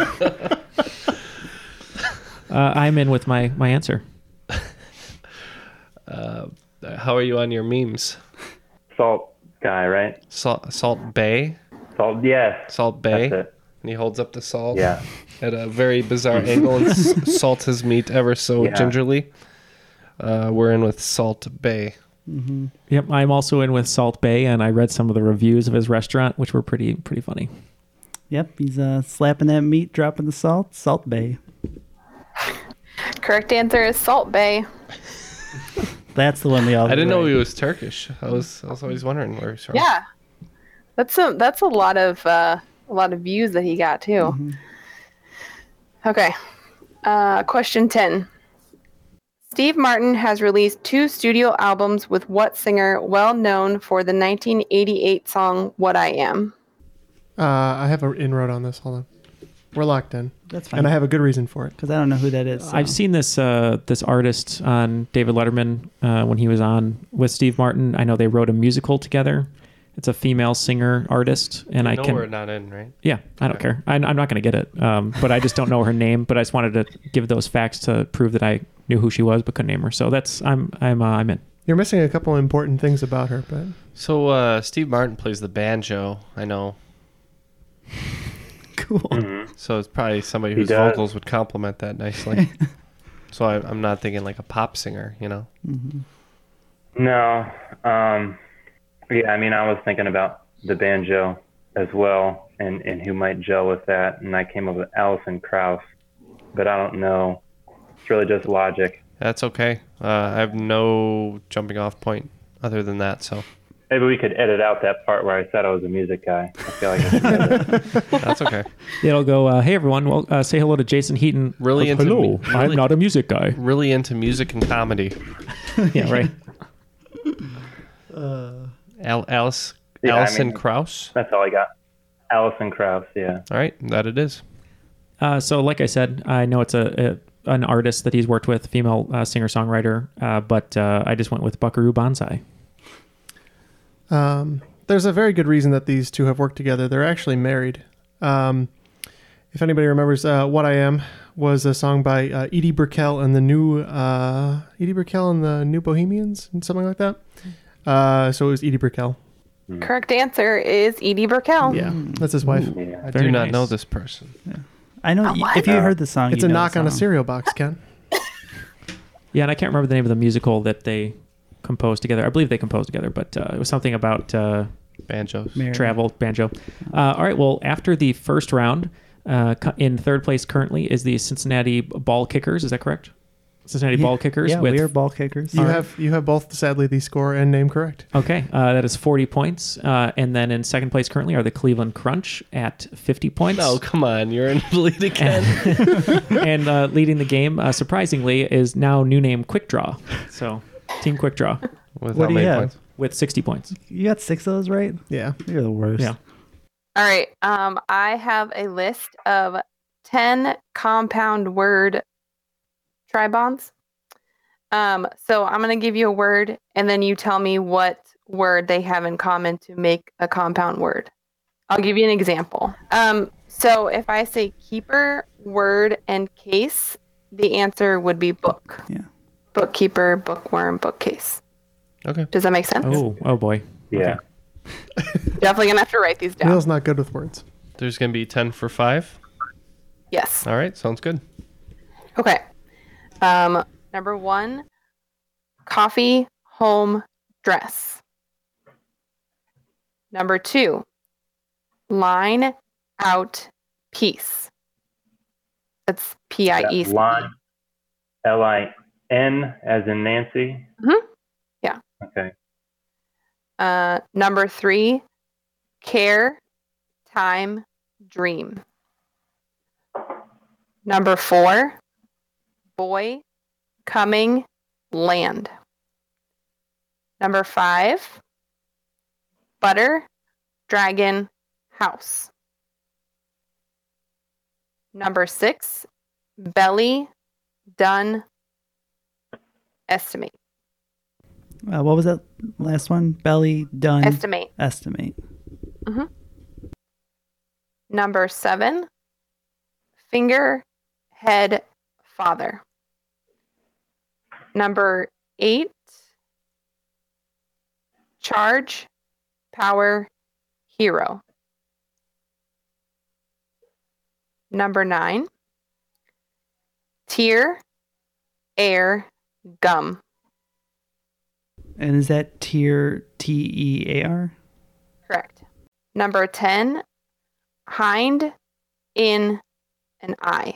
[SPEAKER 4] Uh, I'm in with my my answer.
[SPEAKER 3] Uh, How are you on your memes?
[SPEAKER 6] Salt guy, right?
[SPEAKER 3] Salt, salt Bay.
[SPEAKER 6] Salt, yes.
[SPEAKER 3] Salt Bay.
[SPEAKER 6] That's it.
[SPEAKER 3] And he holds up the salt
[SPEAKER 6] Yeah.
[SPEAKER 3] at a very bizarre angle and s- salts his meat ever so
[SPEAKER 6] Yeah.
[SPEAKER 3] gingerly. Uh, we're in with Salt Bay.
[SPEAKER 4] Yep, I'm also in with Salt Bay, and I read some of the reviews of his restaurant, which were pretty pretty funny.
[SPEAKER 5] Yep, he's uh, slapping that meat, dropping the salt, salt bay.
[SPEAKER 7] Correct answer is Salt Bay.
[SPEAKER 5] That's the one they all.
[SPEAKER 3] I didn't know
[SPEAKER 5] right.
[SPEAKER 3] he was Turkish. I was I was always wondering where he's from.
[SPEAKER 7] Yeah, that's a that's a lot of uh, a lot of views that he got too. Okay, uh, question ten. Steve Martin has released two studio albums with what singer well known for the 1988 song "What I Am"?
[SPEAKER 2] Uh, I have an inroad on this. Hold on. We're locked in.
[SPEAKER 5] That's fine.
[SPEAKER 2] And I have a good reason for it.
[SPEAKER 5] because I don't know who that is. so.
[SPEAKER 4] I've seen this uh, this artist on David Letterman uh, when he was on with Steve Martin. I know they wrote a musical together. It's a female singer artist, and I
[SPEAKER 3] no,
[SPEAKER 4] can
[SPEAKER 3] we're not in, right?
[SPEAKER 4] yeah, I don't care. I, I'm not going to get it, um, but I just don't know her name. But I just wanted to give those facts to prove that I knew who she was, but couldn't name her. So that's I'm I'm uh, I'm in.
[SPEAKER 2] You're missing a couple important things about her, but
[SPEAKER 3] So uh, Steve Martin plays the banjo. I know.
[SPEAKER 5] cool.
[SPEAKER 3] So it's probably somebody
[SPEAKER 6] Mm-hmm. He
[SPEAKER 3] whose
[SPEAKER 6] does.
[SPEAKER 3] vocals would complement that nicely. so I, I'm not thinking like a pop singer, you know.
[SPEAKER 6] No. Um, yeah, I mean, I was thinking about the banjo as well and, and who might gel with that. And I came up with Alison Krauss, but I don't know. It's really just logic.
[SPEAKER 3] That's okay. Uh, I have no jumping off point other than that. So
[SPEAKER 6] Maybe we could edit out that part where I said I was a music guy. I feel like I should know that.
[SPEAKER 3] That's okay.
[SPEAKER 4] It'll go, uh, hey everyone, well, uh, say hello to Jason Heaton.
[SPEAKER 3] Really into
[SPEAKER 4] Uh, hello,
[SPEAKER 3] mu-
[SPEAKER 4] I'm
[SPEAKER 3] really-
[SPEAKER 4] not a music guy.
[SPEAKER 3] Really into music and comedy.
[SPEAKER 4] yeah, right.
[SPEAKER 5] Uh,
[SPEAKER 3] Al- Alice
[SPEAKER 6] Yeah, I
[SPEAKER 3] Allison
[SPEAKER 6] mean-
[SPEAKER 3] Krauss.
[SPEAKER 6] That's all I got. Allison Krauss, yeah.
[SPEAKER 3] All right, that it is.
[SPEAKER 4] Uh, so, like I said, I know it's a, a an artist that he's worked with, female uh, singer songwriter, uh, but uh, I just went with Buckaroo Banzai.
[SPEAKER 2] Um, there's a very good reason that these two have worked together. They're actually married. Um, if anybody remembers, uh, "What I Am" was a song by uh, Edie Brickell and the New uh, Edie Brickell and the New Bohemians, and something like that.
[SPEAKER 5] Mm.
[SPEAKER 2] Uh, so it was Edie Brickell.
[SPEAKER 7] Correct answer is Edie Burkell.
[SPEAKER 2] Yeah, Oh, that's his wife.
[SPEAKER 6] Yeah.
[SPEAKER 3] I do
[SPEAKER 4] Very
[SPEAKER 3] not
[SPEAKER 4] nice.
[SPEAKER 3] know this person.
[SPEAKER 5] I know y- if you heard the song,
[SPEAKER 2] It's
[SPEAKER 5] you
[SPEAKER 2] a
[SPEAKER 5] know
[SPEAKER 2] knock
[SPEAKER 5] the
[SPEAKER 2] on a
[SPEAKER 5] song.
[SPEAKER 2] cereal box, Ken.
[SPEAKER 4] Yeah, and I can't remember the name of the musical that they composed together. I believe they composed together, but uh, it was something about uh,
[SPEAKER 3] Banjos.
[SPEAKER 5] Mary.
[SPEAKER 4] travel banjo. Uh, all right. Well, after the first round, uh, cu- in third place currently is the Cincinnati Ball Kickers. Is that correct? Cincinnati Ball Kickers.
[SPEAKER 5] Yeah,
[SPEAKER 4] with,
[SPEAKER 5] we are ball kickers.
[SPEAKER 2] You have you have both sadly the score and name correct.
[SPEAKER 4] Okay, uh, that is 40 points. Uh, and then in second place currently are the Cleveland Crunch at 50 points.
[SPEAKER 3] Oh, come on. You're in the lead again.
[SPEAKER 4] and uh, leading the game, uh, surprisingly, is now new name Quick Draw. So, Team Quick Draw
[SPEAKER 5] What
[SPEAKER 3] With how
[SPEAKER 5] do you
[SPEAKER 3] many
[SPEAKER 5] have?
[SPEAKER 3] points?
[SPEAKER 4] with 60 points.
[SPEAKER 5] You got six of those, right?
[SPEAKER 2] Yeah.
[SPEAKER 5] You're the worst.
[SPEAKER 4] Yeah.
[SPEAKER 7] All right. Um, I have a list of 10 compound word tribonds. Um, so I'm going to give you a word and then you tell me what word they have in common to make a compound word. I'll give you an example. Um, so if I say keeper, word, and case, the answer would be book.
[SPEAKER 5] Yeah.
[SPEAKER 7] Bookkeeper, bookworm, bookcase.
[SPEAKER 3] Okay.
[SPEAKER 7] Does that make sense?
[SPEAKER 4] Oh, oh boy.
[SPEAKER 6] Yeah.
[SPEAKER 7] Definitely going to have to write these down.
[SPEAKER 2] Neil's not good with words.
[SPEAKER 3] There's going to be 10 for 5.
[SPEAKER 7] Yes.
[SPEAKER 3] All right, sounds good.
[SPEAKER 7] Okay. Um, number one, coffee, home, dress. Number two, line, out, piece. That's P I E.
[SPEAKER 6] That Lin- L-I-N as in Nancy.
[SPEAKER 7] Mhm. Yeah.
[SPEAKER 6] Okay.
[SPEAKER 7] Uh, number three, care, time, dream. Number four, boy, coming, land. Number five, butter, dragon, house. Number six, belly, done, estimate.
[SPEAKER 5] Uh, what was that last one? Belly done.
[SPEAKER 7] Estimate.
[SPEAKER 5] Estimate.
[SPEAKER 7] Number seven, finger, head, father. Number eight, charge, power, hero. Number nine, tear, air, gum.
[SPEAKER 5] And is that tier T E A R?
[SPEAKER 7] Correct. Number 10, hind, in, and eye.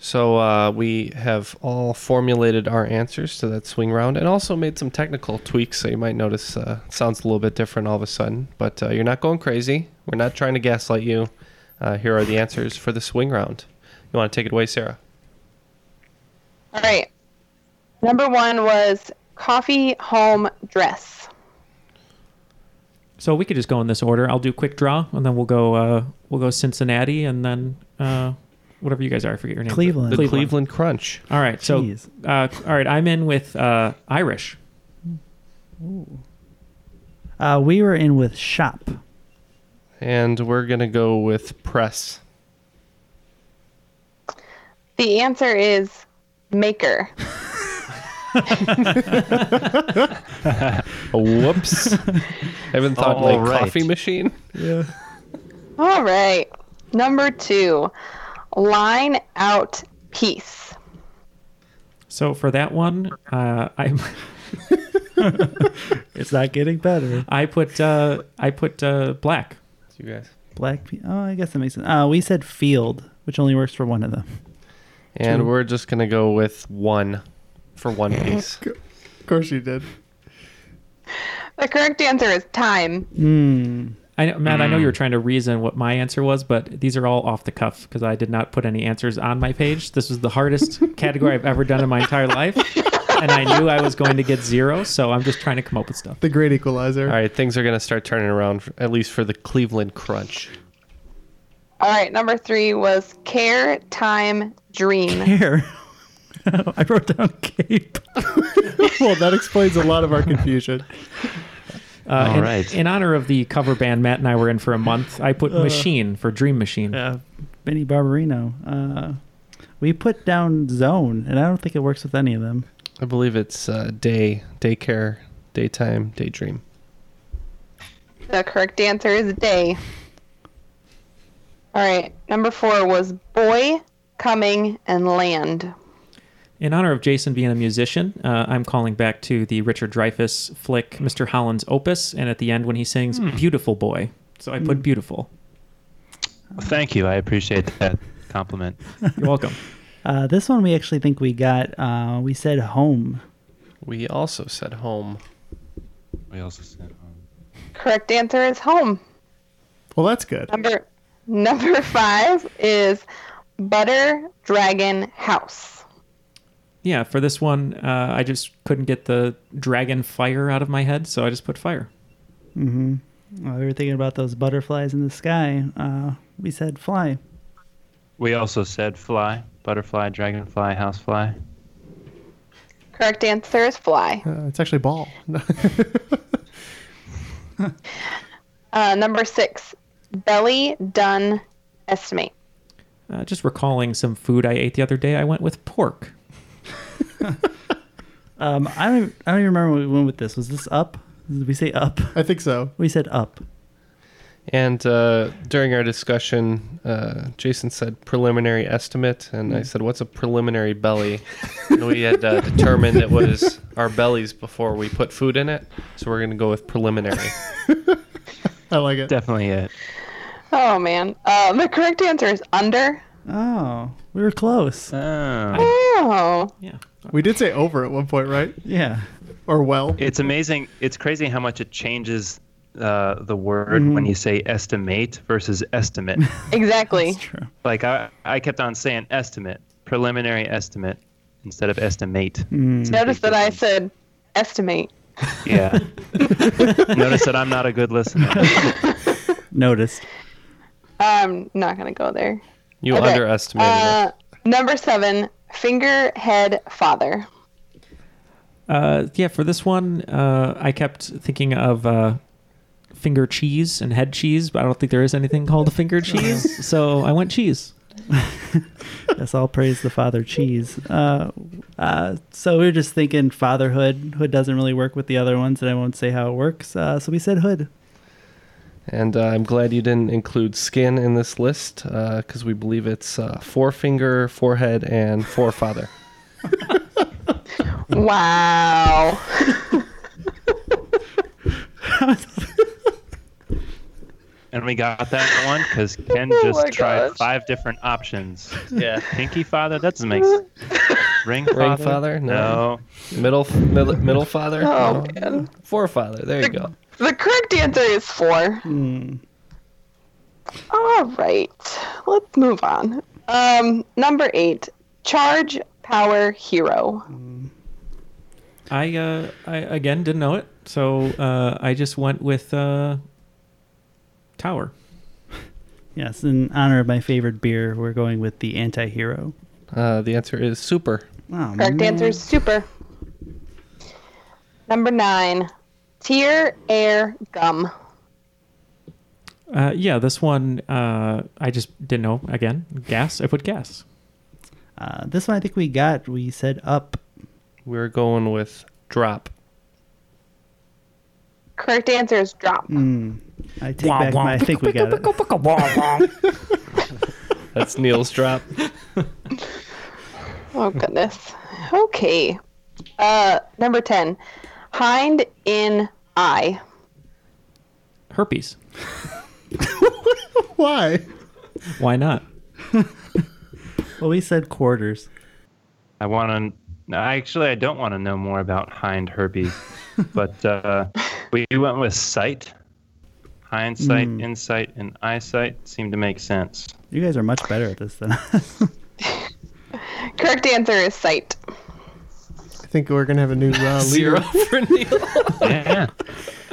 [SPEAKER 3] So uh, we have all formulated our answers to that swing round, and also made some technical tweaks. So you might notice uh, it sounds a little bit different all of a sudden. But uh, you're not going crazy. We're not trying to gaslight you. Uh, here are the answers for the swing round. You want to take it away, Sarah?
[SPEAKER 7] All right. Number one was coffee home dress.
[SPEAKER 4] So we could just go in this order. I'll do quick draw, and then we'll go. Uh, we'll go Cincinnati, and then uh, whatever you guys are. I forget your name.
[SPEAKER 5] Cleveland. The
[SPEAKER 3] Cleveland Crunch.
[SPEAKER 4] All right. So,
[SPEAKER 5] Jeez.
[SPEAKER 4] uh, all right. I'm in with uh, Irish.
[SPEAKER 5] Uh, we were in with shop.
[SPEAKER 3] And we're gonna go with press.
[SPEAKER 7] The answer is maker.
[SPEAKER 3] Oh, Whoops! Haven't thought
[SPEAKER 7] All
[SPEAKER 3] like
[SPEAKER 7] right.
[SPEAKER 3] coffee machine.
[SPEAKER 2] Yeah.
[SPEAKER 7] All right. Number two, line out piece.
[SPEAKER 4] So for that one, uh, I
[SPEAKER 5] It's not getting better.
[SPEAKER 4] I put uh, I put uh, black.
[SPEAKER 3] You guys.
[SPEAKER 5] Black. pe- Oh, I guess that makes sense. Uh, we said field, which only works for one of them.
[SPEAKER 3] And
[SPEAKER 5] Two.
[SPEAKER 3] we're just gonna go with one for one piece.
[SPEAKER 2] Of course you did.
[SPEAKER 7] The correct answer is time.
[SPEAKER 4] I know, Matt, I know you were trying to reason what my answer was, but these are all off the cuff because I did not put any answers on my page. This was the hardest category I've ever done in my entire life, and I knew I was going to get zero, so I'm just trying to come up with stuff.
[SPEAKER 2] The great equalizer.
[SPEAKER 3] All right, things are gonna start turning around, for, at least for the Cleveland Crunch.
[SPEAKER 7] All right. Number three was care, time, dream.
[SPEAKER 5] Care. I wrote down cape.
[SPEAKER 2] well, that explains a lot of our confusion.
[SPEAKER 4] Uh, in, in honor of the cover band Matt and I were in for a month, I put machine for Dream Machine.
[SPEAKER 5] Uh, Benny Barberino. Uh, we put down zone, and I don't think it works with any of them.
[SPEAKER 3] I believe it's uh, day, daycare, daytime, daydream.
[SPEAKER 7] The correct answer is day. All right. Number four was boy, coming, and land.
[SPEAKER 4] In honor of Jason being a musician, uh, I'm calling back to the Richard Dreyfuss flick, Mr. Holland's Opus, and at the end when he sings Beautiful Boy. So I put beautiful.
[SPEAKER 8] Thank you. I appreciate that compliment.
[SPEAKER 4] You're welcome.
[SPEAKER 5] Uh, this one we actually think we got. Uh, we said home.
[SPEAKER 3] We also said home.
[SPEAKER 8] We also said um,
[SPEAKER 7] Correct answer is home.
[SPEAKER 2] Well, that's good.
[SPEAKER 7] Number number five is butter dragon house.
[SPEAKER 4] Yeah, for this one, uh, I just couldn't get the dragon fire out of my head, so I just put fire.
[SPEAKER 5] Mm-hmm. we were thinking about those butterflies in the sky. Uh, we said fly.
[SPEAKER 8] we also said fly, butterfly, dragonfly, housefly.
[SPEAKER 7] Correct answer is fly.
[SPEAKER 2] Uh, it's actually ball.
[SPEAKER 7] Uh, number six, belly done estimate.
[SPEAKER 4] Uh, just recalling some food I ate the other day, I went with pork.
[SPEAKER 5] Um, I don't. I don't even remember when we went with this. Was this up? Did we say up?
[SPEAKER 2] I think so.
[SPEAKER 5] We said up.
[SPEAKER 3] And uh, during our discussion, uh, Jason said preliminary estimate, and
[SPEAKER 5] Mm.
[SPEAKER 3] I said, "What's a preliminary belly?" and we had uh, determined it was our bellies before we put food in it, so we're gonna go with preliminary.
[SPEAKER 2] I like it.
[SPEAKER 8] Definitely it.
[SPEAKER 7] Oh man, uh, the correct answer is under.
[SPEAKER 5] Oh, we were close.
[SPEAKER 8] Oh.
[SPEAKER 7] Oh,
[SPEAKER 4] Yeah.
[SPEAKER 2] We did say over at one point, right?
[SPEAKER 5] Yeah.
[SPEAKER 2] Or well.
[SPEAKER 8] It's amazing. It's crazy how much it changes uh, the word
[SPEAKER 7] Mhm.
[SPEAKER 8] when you say estimate versus estimate.
[SPEAKER 7] Exactly.
[SPEAKER 8] like I, I kept on saying estimate, preliminary estimate, instead of estimate.
[SPEAKER 5] Mm.
[SPEAKER 7] Notice that I said estimate.
[SPEAKER 8] Yeah. Notice that I'm not a good listener.
[SPEAKER 5] Noticed.
[SPEAKER 7] I'm not gonna go there.
[SPEAKER 3] You
[SPEAKER 7] Okay.
[SPEAKER 3] underestimated
[SPEAKER 7] Uh, number seven, finger head father.
[SPEAKER 4] Uh, yeah, for this one, uh, I kept thinking of uh, finger cheese and head cheese, but I don't think there is anything called a finger cheese, so I went cheese.
[SPEAKER 5] Let's all praise the father cheese. Uh, uh, so we were just thinking fatherhood. Hood doesn't really work with the other ones, and I won't say how it works. Uh, so we said hood.
[SPEAKER 3] And uh, I'm glad you didn't include skin in this list because we believe it's uh, forefinger, forehead, and forefather.
[SPEAKER 7] Wow.
[SPEAKER 8] And we got that one because Ken
[SPEAKER 7] Oh
[SPEAKER 8] just
[SPEAKER 7] my
[SPEAKER 8] tried
[SPEAKER 7] gosh.
[SPEAKER 8] five different options.
[SPEAKER 3] Yeah.
[SPEAKER 8] Pinky father, that doesn't make sense. Ring father?
[SPEAKER 3] Ring father? No. Middle, middle, middle father?
[SPEAKER 7] Oh,
[SPEAKER 3] no. Forefather. There you go.
[SPEAKER 7] The correct answer is four.
[SPEAKER 5] Hmm.
[SPEAKER 7] All right, let's move on. Um, number eight, charge power hero.
[SPEAKER 4] I, uh, I again didn't know it, so uh, I just went with uh, tower.
[SPEAKER 5] Yes, in honor of my favorite beer, we're going with the anti-hero.
[SPEAKER 3] Uh, the answer is super.
[SPEAKER 5] Oh,
[SPEAKER 7] Correct
[SPEAKER 5] man.
[SPEAKER 7] answer is super. Number nine, tear air gum.
[SPEAKER 4] Uh, yeah, this one uh, I just didn't know. Again, gas. I put gas.
[SPEAKER 5] Uh, this one I think we got. We said up.
[SPEAKER 3] We're going with drop.
[SPEAKER 7] Correct answer is drop.
[SPEAKER 5] Mm, I take back my. I think we got it.
[SPEAKER 3] That's Neil's drop.
[SPEAKER 7] Oh goodness. Okay. Uh, number ten, hind in eye.
[SPEAKER 4] Herpes.
[SPEAKER 5] Why?
[SPEAKER 4] Why not?
[SPEAKER 5] Well, we said quarters.
[SPEAKER 8] I want to. Actually, I don't want to know more about hind herpes, but uh, we went with sight. Hindsight,
[SPEAKER 7] Hmm.
[SPEAKER 5] Mm.
[SPEAKER 8] insight, and eyesight seem to make sense.
[SPEAKER 5] You guys are much better at this than us.
[SPEAKER 7] Correct answer is sight.
[SPEAKER 2] I think we're gonna have a new uh, leader.
[SPEAKER 3] for Neil.
[SPEAKER 8] yeah.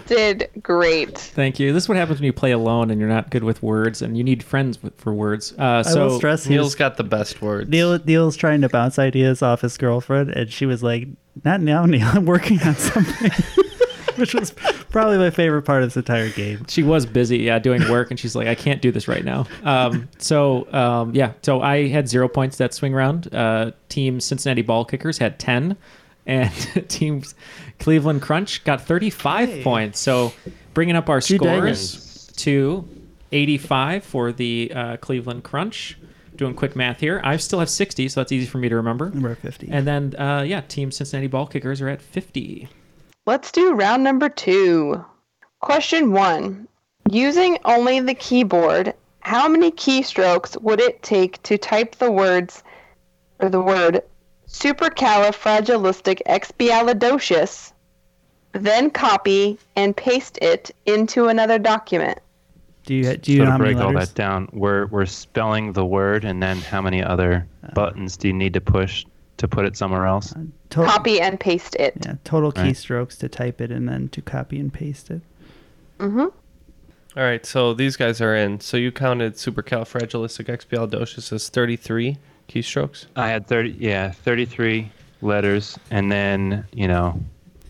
[SPEAKER 7] Did great.
[SPEAKER 4] Thank you. This is what happens when you play alone and you're not good with words, and you need friends with, for words. Uh,
[SPEAKER 5] I
[SPEAKER 4] so
[SPEAKER 5] will stress he
[SPEAKER 3] Neil's
[SPEAKER 5] was,
[SPEAKER 3] got the best words.
[SPEAKER 5] Neil Neil's trying to bounce ideas off his girlfriend, and she was like, "Not now, Neil. I'm working on something," which was probably my favorite part of this entire game.
[SPEAKER 4] she was busy, yeah, doing work, and she's like, I can't do this right now. Um, so um, yeah, so I had zero points that swing round. Uh, team Cincinnati Ball Kickers had ten, and Team Cleveland Crunch got thirty-five points. So bringing up our
[SPEAKER 5] Gee dang it.
[SPEAKER 4] scores to eighty-five for the uh, Cleveland Crunch. Doing quick math here, I still have sixty, so that's easy for me to remember.
[SPEAKER 5] Number fifty.
[SPEAKER 4] And then, uh, yeah, Team Cincinnati Ball Kickers are at 50.
[SPEAKER 7] Let's do round number two. Question one Using only the keyboard, how many keystrokes would it take to type the words or the word supercalifragilisticexpialidocious, then copy and paste it into another document?
[SPEAKER 5] do you do you
[SPEAKER 8] so
[SPEAKER 5] know
[SPEAKER 8] to
[SPEAKER 5] how many
[SPEAKER 8] break all
[SPEAKER 5] letters?
[SPEAKER 8] that down, we're we're spelling the word, and then how many other
[SPEAKER 5] Uh.
[SPEAKER 8] buttons do you need to push to put it somewhere else?
[SPEAKER 5] Tot-
[SPEAKER 7] Copy and paste it.
[SPEAKER 5] yeah, total
[SPEAKER 8] Right.
[SPEAKER 5] keystrokes to type it and then to copy and paste it.
[SPEAKER 7] hmm
[SPEAKER 3] All right, so these guys are in. So you counted supercalifragilisticexpialidocious as 33 keystrokes.
[SPEAKER 8] I had thirty, yeah, thirty-three letters, and then you know,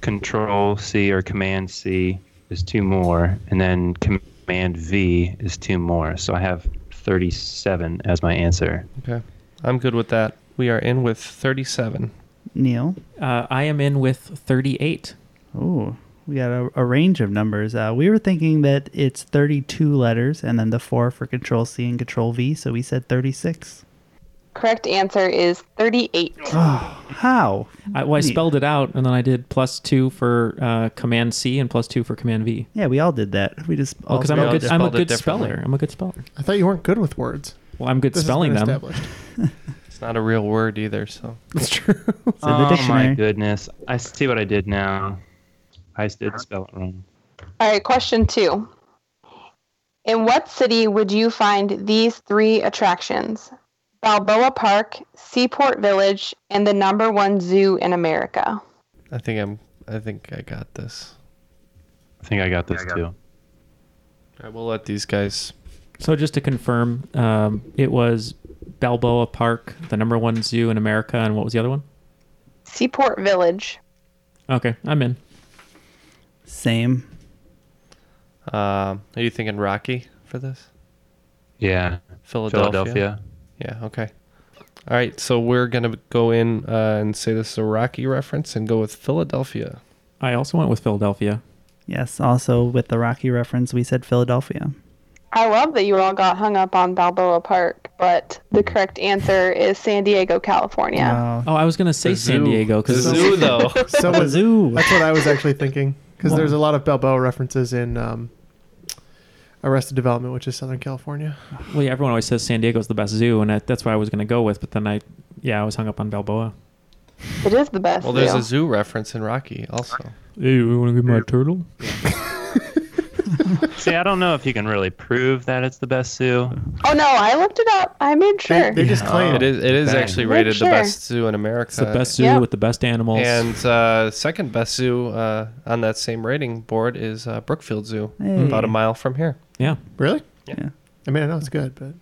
[SPEAKER 8] Control C or Command C is two more, and then Command V is two more. So I have thirty-seven as my answer.
[SPEAKER 3] Okay, I'm good with that. We are in with 37.
[SPEAKER 5] Neil,
[SPEAKER 4] Uh, I am in with 38.
[SPEAKER 5] oh, we got a, a range of numbers. Uh, we were thinking that it's thirty-two letters and then the four for Control C and Control V. So we said thirty-six.
[SPEAKER 7] Correct answer is 38.
[SPEAKER 5] Oh, How?
[SPEAKER 4] I, well, I
[SPEAKER 5] Neat.
[SPEAKER 4] spelled it out, and then I did plus two for uh, Command C and plus two for Command V.
[SPEAKER 5] Yeah, we all did that. We just all
[SPEAKER 4] Because I'm
[SPEAKER 5] spelled
[SPEAKER 4] a
[SPEAKER 5] it
[SPEAKER 4] good, I'm a
[SPEAKER 3] spelled it
[SPEAKER 4] good
[SPEAKER 3] differently.
[SPEAKER 4] speller. I'm a good speller.
[SPEAKER 2] I thought you weren't good with words.
[SPEAKER 4] Well, I'm good
[SPEAKER 2] This has
[SPEAKER 4] spelling
[SPEAKER 2] been
[SPEAKER 4] them.
[SPEAKER 2] established.
[SPEAKER 3] It's not a real word either, so.
[SPEAKER 4] That's true.
[SPEAKER 5] It's in the
[SPEAKER 8] oh my
[SPEAKER 5] dictionary.
[SPEAKER 8] goodness! I see what I did now. I did spell it wrong.
[SPEAKER 7] All right, question two. In what city would you find these three attractions? Balboa Park, Seaport Village, and the number one zoo in America.
[SPEAKER 3] I think I'm. I think I got this.
[SPEAKER 8] I think I got this too.
[SPEAKER 3] I will let these guys.
[SPEAKER 4] So just to confirm, um, it was Balboa Park, the number one zoo in America, and what was the other one?
[SPEAKER 7] Seaport Village.
[SPEAKER 4] Okay, I'm in.
[SPEAKER 5] Same.
[SPEAKER 3] Um, are you thinking Rocky for this?
[SPEAKER 8] Yeah.
[SPEAKER 3] Philadelphia.
[SPEAKER 8] Philadelphia.
[SPEAKER 3] Yeah. Okay. All right. So we're gonna go in uh, and say this is a Rocky reference and go with Philadelphia.
[SPEAKER 4] I also went with Philadelphia.
[SPEAKER 5] Yes. Also, with the Rocky reference, we said Philadelphia.
[SPEAKER 7] I love that you all got hung up on Balboa Park, but the correct answer is San Diego, California.
[SPEAKER 5] Oh,
[SPEAKER 4] I was gonna say San Diego because
[SPEAKER 2] So was,
[SPEAKER 5] zoo.
[SPEAKER 2] That's what I was actually thinking because
[SPEAKER 4] Wow.
[SPEAKER 2] there's a lot of Balboa references in um, Arrested Development, which is Southern California.
[SPEAKER 4] Well, yeah, everyone always says San Diego's the best zoo, and I, that's what I was going to go with. But then I, yeah, I was hung up on Balboa.
[SPEAKER 7] It is the best.
[SPEAKER 3] Well, there's
[SPEAKER 7] zoo.
[SPEAKER 3] a zoo reference in Rocky also.
[SPEAKER 4] Hey, you want to give my turtle?
[SPEAKER 8] See, I don't know if you can really prove that it's the best zoo. Um,
[SPEAKER 7] Oh no, I looked it up. I made sure.
[SPEAKER 2] They just claim
[SPEAKER 3] It is. It is
[SPEAKER 8] Dang.
[SPEAKER 3] actually
[SPEAKER 7] Make
[SPEAKER 3] rated
[SPEAKER 7] sure.
[SPEAKER 3] the best zoo in America.
[SPEAKER 4] It's the best zoo
[SPEAKER 7] Yeah.
[SPEAKER 4] with the best animals.
[SPEAKER 3] And uh, second best zoo uh, on that same rating board is uh, Brookfield Zoo, about a mile from here.
[SPEAKER 4] yeah,
[SPEAKER 2] really.
[SPEAKER 5] Yeah.
[SPEAKER 2] I mean, I know it's good, but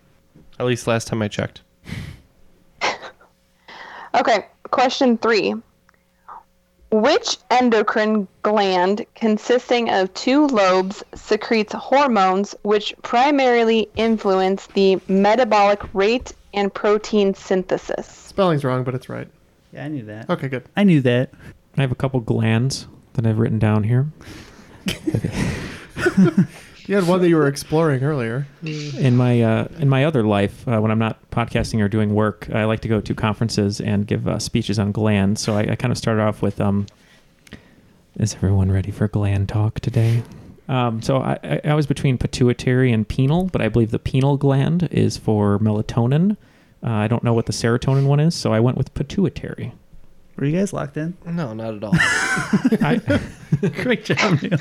[SPEAKER 3] At least last time I checked.
[SPEAKER 7] Okay, question three. Which endocrine gland consisting of two lobes secretes hormones which primarily influence the metabolic rate and protein synthesis?
[SPEAKER 2] spelling's wrong, but it's right.
[SPEAKER 5] Yeah, I knew that.
[SPEAKER 2] Okay, good.
[SPEAKER 5] I knew that.
[SPEAKER 4] I have a couple glands that I've written down here.
[SPEAKER 2] You had one that you were exploring earlier.
[SPEAKER 4] In my uh, in my other life, uh, when I'm not podcasting or doing work, I like to go to conferences and give uh, speeches on glands. So I, I kind of started off with, um, "Is everyone ready for gland talk today?" Um, so I, I, I was between pituitary and penal, but I believe the penal gland is for melatonin. Uh, I don't know what the serotonin one is, so I went with pituitary.
[SPEAKER 5] Were you guys locked in?
[SPEAKER 3] No, not at all.
[SPEAKER 4] I,
[SPEAKER 5] Great job, Neil.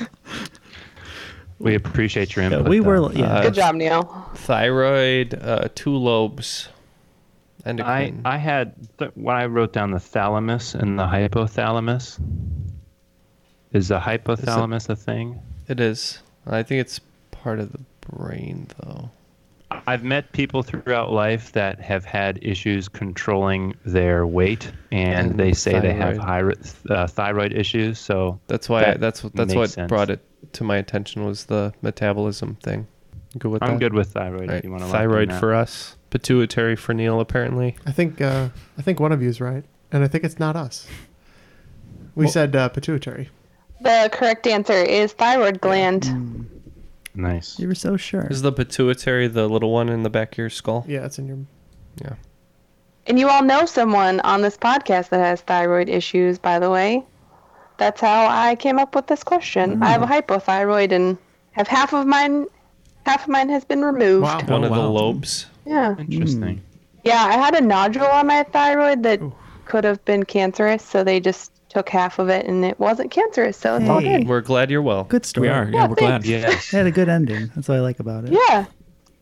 [SPEAKER 8] We appreciate your
[SPEAKER 5] Yeah,
[SPEAKER 8] input.
[SPEAKER 5] we
[SPEAKER 8] though.
[SPEAKER 5] were. Yeah.
[SPEAKER 7] Uh, Good job, Neil.
[SPEAKER 3] Thyroid, uh, two lobes,
[SPEAKER 8] I,
[SPEAKER 3] endocrine.
[SPEAKER 8] I had th- when I wrote down the thalamus and the hypothalamus. Is the hypothalamus a thing?
[SPEAKER 3] it is. I think it's part of the brain, though.
[SPEAKER 8] I've met people throughout life that have had issues controlling their weight, and,
[SPEAKER 3] And
[SPEAKER 8] they say they have high,
[SPEAKER 3] thyroid.
[SPEAKER 8] uh, thyroid issues. So
[SPEAKER 3] That's why. I,
[SPEAKER 8] That
[SPEAKER 3] that's what. That's
[SPEAKER 8] makes
[SPEAKER 3] what
[SPEAKER 8] sense.
[SPEAKER 3] brought it to my attention was the metabolism thing. You Good with
[SPEAKER 8] I'm
[SPEAKER 3] that?
[SPEAKER 8] good with thyroid.
[SPEAKER 3] All
[SPEAKER 8] If
[SPEAKER 3] right.
[SPEAKER 8] you want to
[SPEAKER 3] Thyroid for us, pituitary for Neil, apparently.
[SPEAKER 2] I think uh, I think one of you's right, and I think it's not us. We said uh, pituitary.
[SPEAKER 7] The correct answer is thyroid gland.
[SPEAKER 4] Mm-hmm.
[SPEAKER 8] nice.
[SPEAKER 5] You were so sure.
[SPEAKER 3] Is the pituitary the little one in the back of your skull?
[SPEAKER 2] Yeah, it's in your.
[SPEAKER 3] Yeah.
[SPEAKER 7] And you all know someone on this podcast that has thyroid issues, by the way. That's how I came up with this question. I have a
[SPEAKER 4] Mm.
[SPEAKER 7] hypothyroid and have half of mine half of mine has been removed.
[SPEAKER 2] Wow.
[SPEAKER 3] One
[SPEAKER 4] Oh,
[SPEAKER 3] of the
[SPEAKER 4] wow.
[SPEAKER 3] lobes.
[SPEAKER 7] Yeah.
[SPEAKER 8] Interesting.
[SPEAKER 7] Yeah, I had a nodule on my thyroid that could have been cancerous, so they just took half of it and it wasn't cancerous, so it's all
[SPEAKER 5] Hey.
[SPEAKER 7] good.
[SPEAKER 3] We're glad you're well.
[SPEAKER 5] Good story.
[SPEAKER 4] we are. Yeah,
[SPEAKER 7] Yeah,
[SPEAKER 4] we're glad.
[SPEAKER 7] thanks.
[SPEAKER 8] Yes.
[SPEAKER 5] It had a good ending. That's what I like about it.
[SPEAKER 7] Yeah.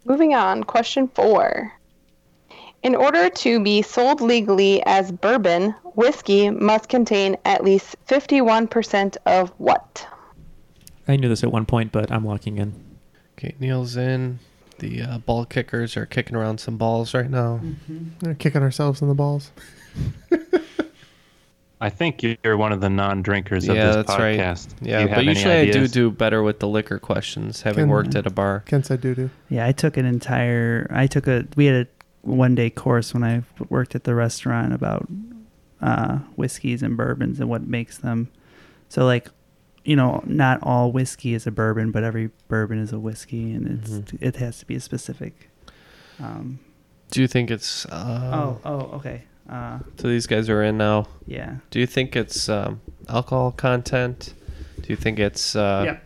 [SPEAKER 7] Moving on, question four. In order to be sold legally as bourbon, whiskey must contain at least 51% of what?
[SPEAKER 4] I knew this at one point, but I'm locking in.
[SPEAKER 3] Okay, Neil's in. The uh, ball kickers are kicking around some balls right now.
[SPEAKER 4] Hmm.
[SPEAKER 2] They're kicking ourselves in the balls.
[SPEAKER 8] I think you're one of the non-drinkers of
[SPEAKER 3] Yeah,
[SPEAKER 8] this
[SPEAKER 3] that's right.
[SPEAKER 8] podcast.
[SPEAKER 3] Yeah,
[SPEAKER 8] You have
[SPEAKER 3] but
[SPEAKER 8] any
[SPEAKER 3] usually I do
[SPEAKER 8] ideas?
[SPEAKER 3] do better with the liquor questions, having
[SPEAKER 2] Can-
[SPEAKER 3] worked at a bar.
[SPEAKER 2] Ken said doo doo.
[SPEAKER 5] Yeah, I took an entire. I took a. We had a one day course when I worked at the restaurant about uh, whiskeys and bourbons and what makes them. So like, you know, not all whiskey is a bourbon, but every bourbon is a whiskey, and it's
[SPEAKER 3] Mm-hmm.
[SPEAKER 5] it has to be a specific. Um,
[SPEAKER 3] Do you think it's? Uh,
[SPEAKER 5] oh, oh, okay. Uh,
[SPEAKER 3] So these guys are in now.
[SPEAKER 5] yeah.
[SPEAKER 3] Do you think it's um, alcohol content? Do you think it's uh,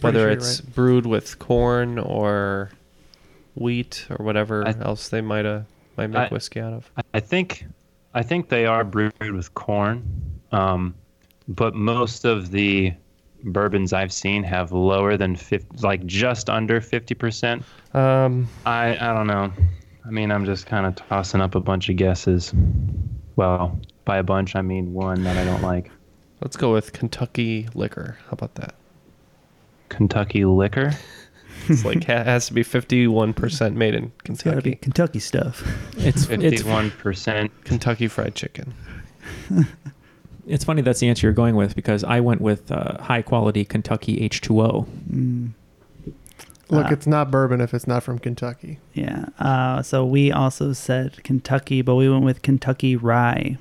[SPEAKER 3] whether
[SPEAKER 2] sure you're
[SPEAKER 3] it's brewed with corn or wheat or whatever
[SPEAKER 8] I-
[SPEAKER 3] else they might uh, might make
[SPEAKER 8] I-
[SPEAKER 3] whiskey out of?
[SPEAKER 8] I think I think they are brewed with corn, um, but most of the bourbons I've seen have lower than 50, like just under 50%. Um, I, I don't know. I mean, I'm just kind of tossing up a bunch of guesses. Well, by a bunch, I mean one that I don't like.
[SPEAKER 3] Let's go with Kentucky liquor. How about that?
[SPEAKER 8] Kentucky liquor?
[SPEAKER 3] It's like ha- has to be 51% made in Kentucky.
[SPEAKER 8] gotta be
[SPEAKER 5] Kentucky stuff.
[SPEAKER 4] It's- it's-
[SPEAKER 8] 51%
[SPEAKER 3] Kentucky Fried Chicken.
[SPEAKER 4] It's funny that's the answer you're going with because I went with uh, high quality Kentucky H2O.
[SPEAKER 2] Look,
[SPEAKER 5] Uh,
[SPEAKER 2] mm. it's not bourbon if it's not from Kentucky.
[SPEAKER 5] Yeah. Uh, so we also said Kentucky, but we went with Kentucky rye.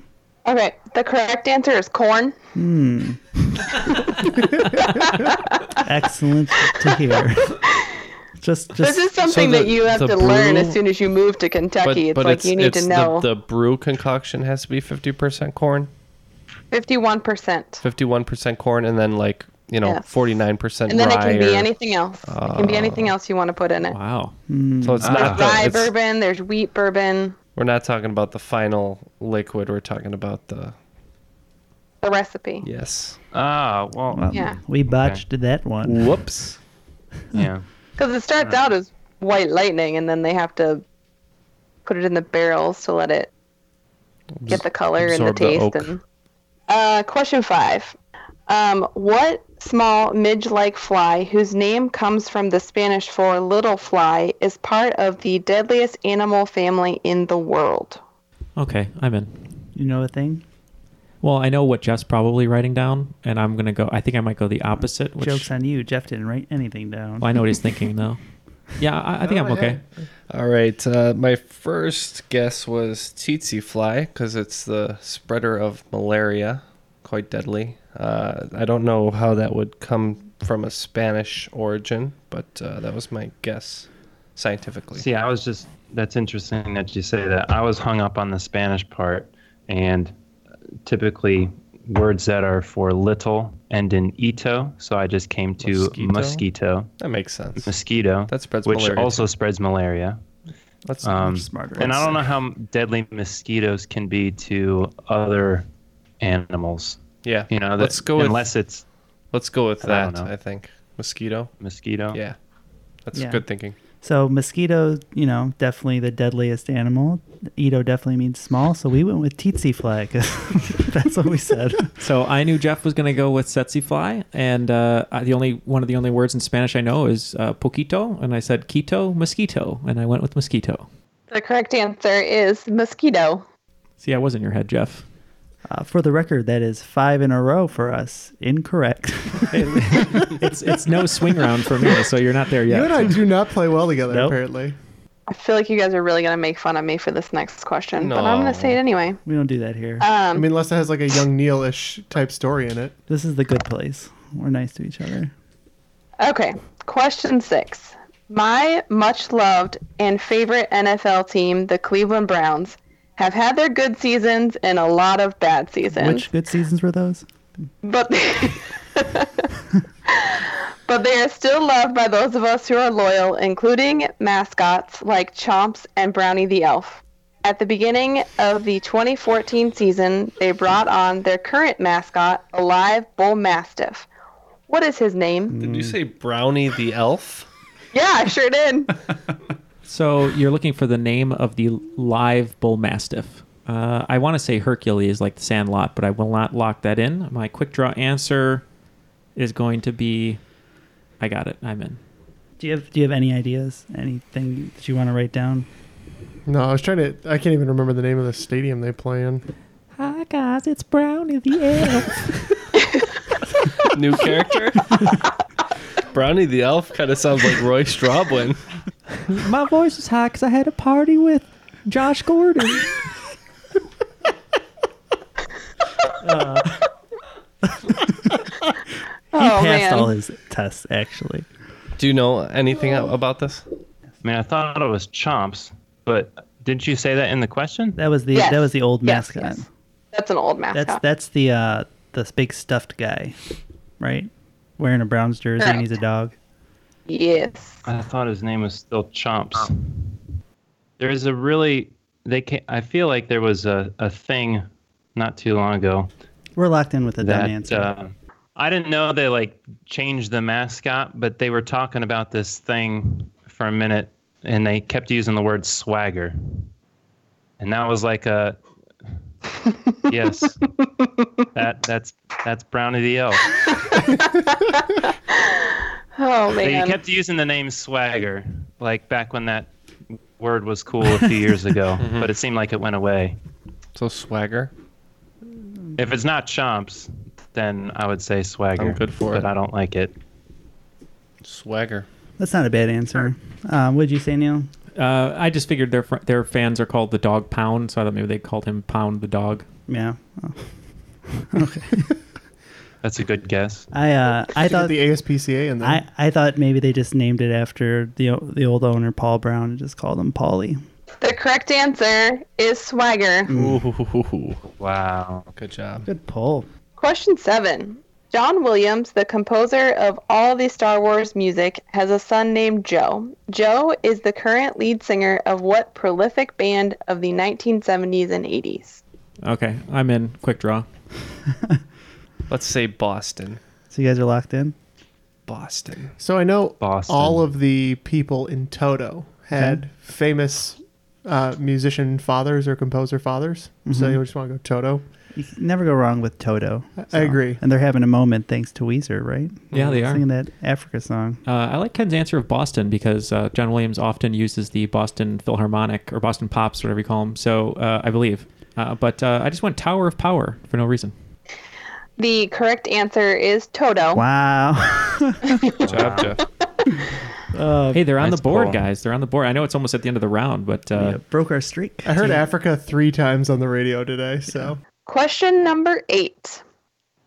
[SPEAKER 7] Okay, the correct answer is corn.
[SPEAKER 5] Hmm. Excellent to hear. just, just
[SPEAKER 7] this is
[SPEAKER 3] So
[SPEAKER 7] something
[SPEAKER 3] the-
[SPEAKER 7] that you have
[SPEAKER 3] the
[SPEAKER 7] to learn
[SPEAKER 3] brew-
[SPEAKER 7] as soon as you move to Kentucky. it's like you need to
[SPEAKER 3] the-
[SPEAKER 7] know
[SPEAKER 3] The, brew concoction has to be 50% corn,
[SPEAKER 7] 51%.
[SPEAKER 3] 51% corn, and then like, you know,
[SPEAKER 7] Yes.
[SPEAKER 3] 49%
[SPEAKER 7] And then it
[SPEAKER 3] rye
[SPEAKER 7] can be
[SPEAKER 3] or-
[SPEAKER 7] anything else. it can be
[SPEAKER 3] Uh,
[SPEAKER 7] anything else you want to put in it.
[SPEAKER 3] Wow. So
[SPEAKER 4] Uh,
[SPEAKER 3] it's
[SPEAKER 7] There's
[SPEAKER 3] not the,
[SPEAKER 7] rye
[SPEAKER 3] it's-
[SPEAKER 7] bourbon, there's wheat bourbon,
[SPEAKER 3] We're not talking about the final liquid. We're talking about the
[SPEAKER 7] the recipe.
[SPEAKER 3] yes.
[SPEAKER 8] Ah, well,
[SPEAKER 5] Well,
[SPEAKER 7] Yeah.
[SPEAKER 5] We botched that one.
[SPEAKER 3] Whoops.
[SPEAKER 8] yeah.
[SPEAKER 7] Because it starts out as white lightning, and then they have to put it in the barrels to let it get the color and the
[SPEAKER 3] absorb the
[SPEAKER 7] taste.
[SPEAKER 3] oak.
[SPEAKER 7] and uh, question five: um, What small midge-like fly, whose name comes from the Spanish for little fly, is part of the deadliest animal family in the world?
[SPEAKER 4] Okay, I'm in.
[SPEAKER 5] You know a thing?
[SPEAKER 4] Well, I know what Jeff's probably writing down, and I'm gonna go. I think I might go the opposite. Which
[SPEAKER 5] Joke's on you. Jeff didn't write anything down.
[SPEAKER 4] well, I know what he's thinking though. Yeah, I, I think I'm okay.
[SPEAKER 3] Oh, All right. Uh, my first guess was tsetse fly because it's the spreader of malaria, quite deadly. Uh, I don't know how that would come from a Spanish origin, but uh, that was my guess scientifically.
[SPEAKER 8] See, I was just that's interesting that you say that. I was hung up on the Spanish part, and typically words that are for little end in ito, so I just came to
[SPEAKER 3] Mosquito?
[SPEAKER 8] mosquito.
[SPEAKER 3] That makes sense.
[SPEAKER 8] Mosquito
[SPEAKER 3] That spreads
[SPEAKER 8] which
[SPEAKER 3] malaria,
[SPEAKER 8] also spreads malaria. Um,
[SPEAKER 3] That's
[SPEAKER 5] smarter.
[SPEAKER 8] And I don't know how deadly mosquitoes can be to other animals.
[SPEAKER 3] Yeah.
[SPEAKER 8] You know, that,
[SPEAKER 3] Let's go with-
[SPEAKER 8] unless it's
[SPEAKER 3] Let's go with
[SPEAKER 8] I don't
[SPEAKER 3] that.
[SPEAKER 8] know.
[SPEAKER 3] I, think mosquito.
[SPEAKER 8] mosquito.
[SPEAKER 3] Yeah, that's
[SPEAKER 5] Yeah.
[SPEAKER 3] good thinking.
[SPEAKER 5] So mosquito, you know, definitely the deadliest animal. Ito definitely means small, so we went with tsetse fly. 'cause that's what we said.
[SPEAKER 4] So I knew Jeff was gonna go with tsetse fly, and uh, I- the only one of the only words in Spanish I know is uh, poquito, and I said quito mosquito, and I went with mosquito.
[SPEAKER 7] The correct answer is mosquito.
[SPEAKER 4] See, I was in your head, Jeff.
[SPEAKER 5] Uh, for the record, that is five in a row for us. Incorrect.
[SPEAKER 4] It's it's no swing round for me, so you're not there
[SPEAKER 2] You and
[SPEAKER 4] yet.
[SPEAKER 2] I do not play well together,
[SPEAKER 4] Nope.
[SPEAKER 2] apparently.
[SPEAKER 7] I feel like you guys are really gonna make fun of me for this next question, but I'm gonna say it anyway.
[SPEAKER 5] we don't do that here.
[SPEAKER 2] I mean, unless it has like a young Neil ish type story in it.
[SPEAKER 5] This is the good place. We're nice to each other.
[SPEAKER 7] Okay, question six. My much loved and favorite NFL team, the Cleveland Browns, have had their good seasons and a lot of bad seasons.
[SPEAKER 5] Which good seasons were those?
[SPEAKER 7] But but they are still loved by those of us who are loyal, including mascots like Chomps and Brownie the Elf. At the beginning of the 2014 season, they brought on their current mascot, a live bull mastiff. What is his name?
[SPEAKER 3] Did you say Brownie the elf?
[SPEAKER 7] Yeah, I sure did.
[SPEAKER 4] So you're looking for the name of the live bull mastiff. Uh, I want to say Hercules, like the Sandlot, but I will not lock that in. My quick draw answer is going to be, I got it. I'm in.
[SPEAKER 5] Do you have Do you have any ideas? Anything that you want to write down?
[SPEAKER 2] No, I was trying to. uh, I can't even remember the name of the stadium they play in.
[SPEAKER 4] Hi guys, it's Brownie the Elf.
[SPEAKER 3] New character. Brownie the elf kind of sounds like Roy Straubling.
[SPEAKER 4] My voice is high because I had a party with Josh Gordon.
[SPEAKER 5] He
[SPEAKER 7] Oh,
[SPEAKER 5] passed
[SPEAKER 7] man.
[SPEAKER 5] all his tests, actually.
[SPEAKER 3] Do you know anything a- about this?
[SPEAKER 8] I mean, I thought it was chomps, but didn't you say that in the question?
[SPEAKER 5] That was the
[SPEAKER 7] Yes.
[SPEAKER 5] that was the old
[SPEAKER 7] Yes,
[SPEAKER 5] mascot.
[SPEAKER 7] yes. That's an old mascot.
[SPEAKER 5] That's that's the uh the big stuffed guy, right? Wearing a Browns jersey and he's a dog.
[SPEAKER 7] Yes.
[SPEAKER 8] I thought his name was still Chomps.
[SPEAKER 5] Oh.
[SPEAKER 8] There is a really they can I feel like there was a, a thing not too long ago
[SPEAKER 5] We're locked in with a dumb
[SPEAKER 8] that
[SPEAKER 5] answer.
[SPEAKER 8] uh, I didn't know they like changed the mascot, but they were talking about this thing for a minute, and they kept using the word swagger, and that was like a yes, that that's that's Brownie the Elf.
[SPEAKER 7] Oh man.
[SPEAKER 8] They kept using the name swagger, like back when that word was cool a few years ago,
[SPEAKER 7] Mm-hmm.
[SPEAKER 8] but it seemed like it went away.
[SPEAKER 3] So swagger.
[SPEAKER 8] If it's not chomps, then I would say swagger.
[SPEAKER 3] I'm good for
[SPEAKER 8] but
[SPEAKER 3] it.
[SPEAKER 8] I don't like it.
[SPEAKER 3] Swagger.
[SPEAKER 5] That's not a bad answer. Uh, what'd you say, Neil?
[SPEAKER 4] Uh, I just figured their fr- their fans are called the Dog Pound, so I thought maybe they called him Pound the Dog.
[SPEAKER 5] Yeah. Oh.
[SPEAKER 8] That's a good guess.
[SPEAKER 5] I uh, I
[SPEAKER 2] Get
[SPEAKER 5] thought
[SPEAKER 2] the ASPCA in there.
[SPEAKER 5] I, I thought maybe they just named it after the o- the old owner Paul Brown and just called him Paulie.
[SPEAKER 7] The correct answer is swagger.
[SPEAKER 4] Mm.
[SPEAKER 3] Ooh.
[SPEAKER 8] Wow.
[SPEAKER 3] Good job.
[SPEAKER 5] Good pull.
[SPEAKER 7] Question seven. John Williams, the composer of all the Star Wars music, has a son named Joe. Joe is the current lead singer of what prolific band of the 1970s and 80s?
[SPEAKER 4] Okay, I'm in. Quick draw.
[SPEAKER 3] Let's say Boston.
[SPEAKER 5] So you guys are locked in.
[SPEAKER 3] Boston.
[SPEAKER 2] So I know
[SPEAKER 8] Boston.
[SPEAKER 2] all of the people in Toto had famous uh, musician fathers or composer fathers. So
[SPEAKER 5] Mhm.
[SPEAKER 2] you just want to go Toto.
[SPEAKER 5] You can never go wrong with Toto.
[SPEAKER 2] I- I agree.
[SPEAKER 5] And they're having a moment thanks to Weezer, right?
[SPEAKER 4] Yeah, they are.
[SPEAKER 5] singing that Africa song.
[SPEAKER 4] Uh, I like Ken's answer of Boston because uh, John Williams often uses the Boston Philharmonic or Boston Pops, whatever you call them. So uh, I believe. Uh, but uh, I just went Tower of Power for no reason.
[SPEAKER 7] The correct answer is Toto.
[SPEAKER 5] Wow.
[SPEAKER 3] Good job, Jeff.
[SPEAKER 5] Uh,
[SPEAKER 4] Hey, they're on
[SPEAKER 8] Nice
[SPEAKER 4] the board,
[SPEAKER 8] call.
[SPEAKER 4] guys. They're on the board. I know it's almost at the end of the round, but uh,
[SPEAKER 5] yeah, broke our streak.
[SPEAKER 2] I heard Africa three times on the radio today. So
[SPEAKER 7] Question number eight.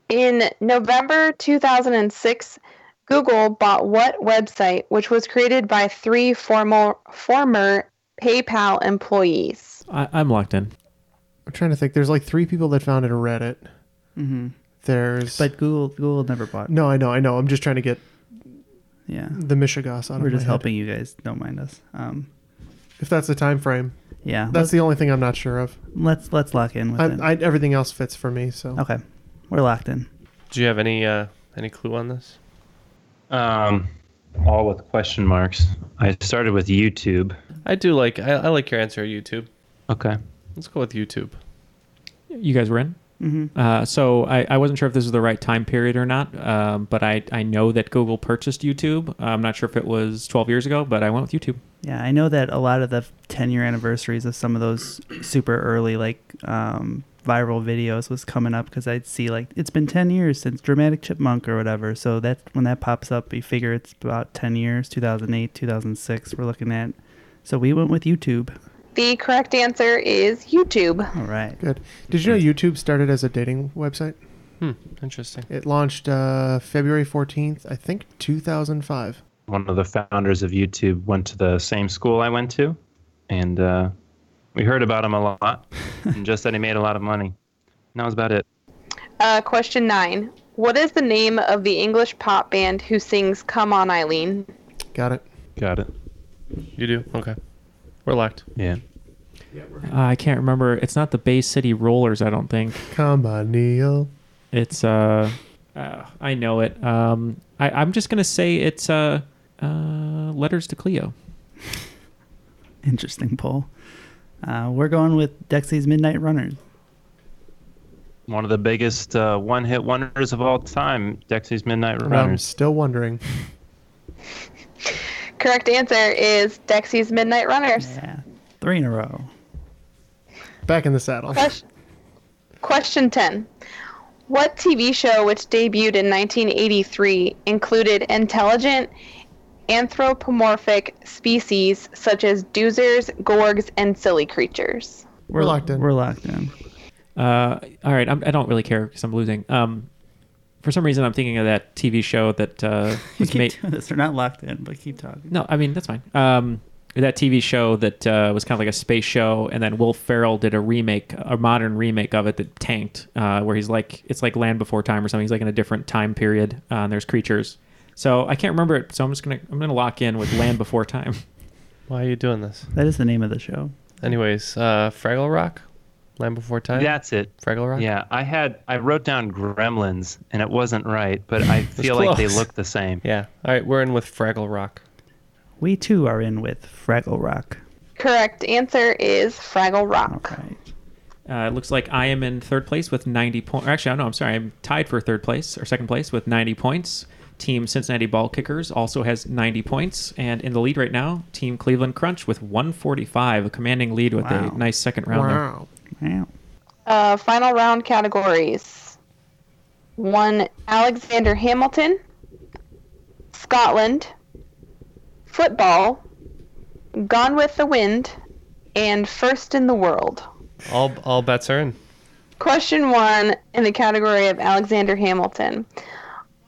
[SPEAKER 7] In November 2006, Google bought what website, which was created by three former, former PayPal employees?
[SPEAKER 4] I, I'm locked in.
[SPEAKER 2] I'm trying to think. There's like three people that founded Reddit.
[SPEAKER 5] Mm-hmm.
[SPEAKER 2] There's
[SPEAKER 5] But Google Google never bought.
[SPEAKER 2] no, I know, I know. I'm just trying to get
[SPEAKER 5] Yeah.
[SPEAKER 2] the Michigas out of
[SPEAKER 5] We're
[SPEAKER 2] my
[SPEAKER 5] just
[SPEAKER 2] head.
[SPEAKER 5] helping you guys. Don't mind us. Um,
[SPEAKER 2] If that's the time frame,
[SPEAKER 5] yeah.
[SPEAKER 2] that's the only thing I'm not sure of.
[SPEAKER 5] let's let's lock in with
[SPEAKER 2] I,
[SPEAKER 5] it.
[SPEAKER 2] I, everything else fits for me. So
[SPEAKER 5] okay, we're locked in.
[SPEAKER 3] Do you have any uh, any clue on this?
[SPEAKER 8] Um, all with question marks. I started with YouTube.
[SPEAKER 3] I do like I, I like your answer, YouTube.
[SPEAKER 8] Okay.
[SPEAKER 3] Let's go with YouTube.
[SPEAKER 4] You guys were in? Mm-hmm. Uh, so I, I wasn't sure if this was the right time period or not, um, but I, I know that Google purchased YouTube. I'm not sure if it was 12 years ago, but I went with YouTube.
[SPEAKER 5] Yeah, I know that a lot of the 10 year anniversaries of some of those super early like um, viral videos was coming up because I'd see like it's been 10 years since Dramatic Chipmunk or whatever. So that when that pops up, you figure it's about 10 years, 2008, 2006. We're looking at. So we went with YouTube.
[SPEAKER 7] The correct answer is YouTube.
[SPEAKER 5] All right.
[SPEAKER 2] good. Did you know YouTube started as a dating website?
[SPEAKER 3] Hmm. Interesting.
[SPEAKER 2] It launched uh, February 14th, I think 2005.
[SPEAKER 8] One of the founders of YouTube went to the same school I went to, and uh, we heard about him a lot, and just that he made a lot of money. And that was about it.
[SPEAKER 7] Uh, question nine. What is the name of the English pop band who sings Come On Eileen?
[SPEAKER 2] Got it.
[SPEAKER 8] Got it.
[SPEAKER 3] You do? Okay. We're locked.
[SPEAKER 8] Yeah.
[SPEAKER 4] Uh, I can't remember. It's not the Bay City Rollers, I don't think.
[SPEAKER 2] Come on, Neil.
[SPEAKER 4] It's uh, uh I know it. Um, I, I'm just gonna say it's uh, uh, Letters to Cleo.
[SPEAKER 5] Interesting poll. Uh, we're going with Dexy's Midnight Runners.
[SPEAKER 8] One of the biggest uh, one-hit wonders of all time, Dexy's Midnight
[SPEAKER 2] I'm
[SPEAKER 8] Runners.
[SPEAKER 2] still wondering.
[SPEAKER 7] Correct answer is Dexy's Midnight Runners.
[SPEAKER 5] Yeah. Three in a row.
[SPEAKER 2] Back in the saddle.
[SPEAKER 7] Question, question 10. What TV show, which debuted in 1983, included intelligent anthropomorphic species such as doozers, gorgs, and silly creatures?
[SPEAKER 2] We're locked in.
[SPEAKER 5] We're locked in.
[SPEAKER 4] Uh, all right, I'm, I don't really care because I'm losing. Um, for some reason, I'm thinking of that TV show that uh,
[SPEAKER 5] We
[SPEAKER 4] was
[SPEAKER 5] keep
[SPEAKER 4] made.
[SPEAKER 5] doing this. We're not locked in, but keep talking.
[SPEAKER 4] No, I mean that's fine. Um, that TV show that uh, was kind of like a space show, and then Will Ferrell did a remake, a modern remake of it that tanked, uh, where he's like, it's like Land Before Time or something. He's like in a different time period, uh, and there's creatures. So I can't remember it. So I'm just gonna, I'm gonna lock in with Land Before Time.
[SPEAKER 3] Why are you doing this?
[SPEAKER 5] That is the name of the show.
[SPEAKER 3] Anyways, uh, Fraggle Rock. Land Before Time.
[SPEAKER 8] That's it.
[SPEAKER 3] Fraggle Rock.
[SPEAKER 8] Yeah, I had I wrote down Gremlins and it wasn't right, but I
[SPEAKER 3] It's
[SPEAKER 8] feel like they
[SPEAKER 3] close.
[SPEAKER 8] look the same.
[SPEAKER 3] Yeah. All right, we're in with Fraggle Rock.
[SPEAKER 5] We too are in with Fraggle Rock.
[SPEAKER 7] Correct answer is Fraggle Rock.
[SPEAKER 4] Uh, it looks like I am in third place with 90 points. Actually, no, I'm sorry. I'm tied for third place or second place with 90 points. Team Cincinnati Ball Kickers also has 90 points. And in the lead right now, Team Cleveland Crunch with 145, a commanding lead with
[SPEAKER 5] Wow.
[SPEAKER 4] a nice second round there.
[SPEAKER 5] Wow.
[SPEAKER 7] Uh, final round categories. One Alexander Hamilton, Scotland, football, Gone with the Wind, and First in the World.
[SPEAKER 3] All all bets are in.
[SPEAKER 7] Question one in the category of Alexander Hamilton.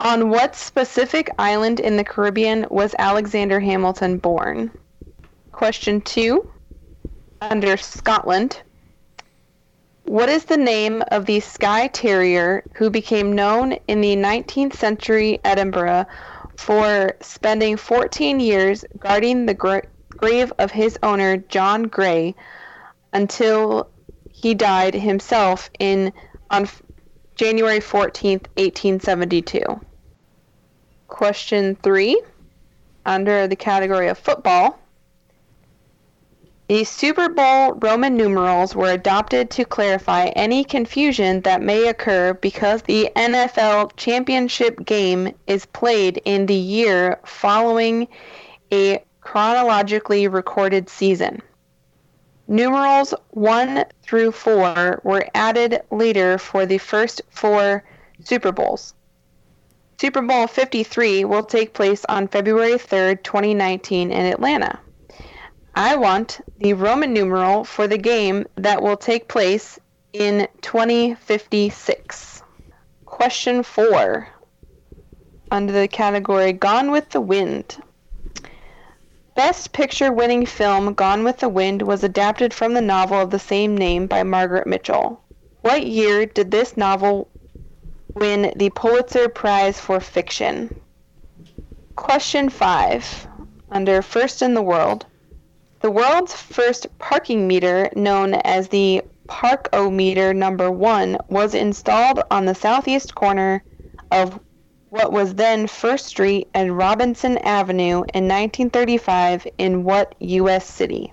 [SPEAKER 7] On what specific island in the Caribbean was Alexander Hamilton born? Question two under Scotland. What is the name of the Skye Terrier who became known in the 19th century Edinburgh for spending 14 years guarding the gra- grave of his owner, John Gray, until he died himself in on f- January 14th, 1872. Question 3 under the category of football. The Super Bowl Roman numerals were adopted to clarify any confusion that may occur because the NFL championship game is played in the year following a chronologically recorded season. Numerals 1 through 4 were added later for the first four Super Bowls. Super Bowl 53 will take place on February 3rd, 2019, in Atlanta. I want the Roman numeral for the game that will take place in 2056. Question 4 under the category Gone with the Wind. Best Picture winning film Gone with the Wind was adapted from the novel of the same name by Margaret Mitchell. What year did this novel win the Pulitzer Prize for Fiction? Question 5. Under First in the World. The world's first parking meter, known as the Parkometer number 1, was installed on the southeast corner of what was then First Street and Robinson Avenue in 1935 in what U.S. city?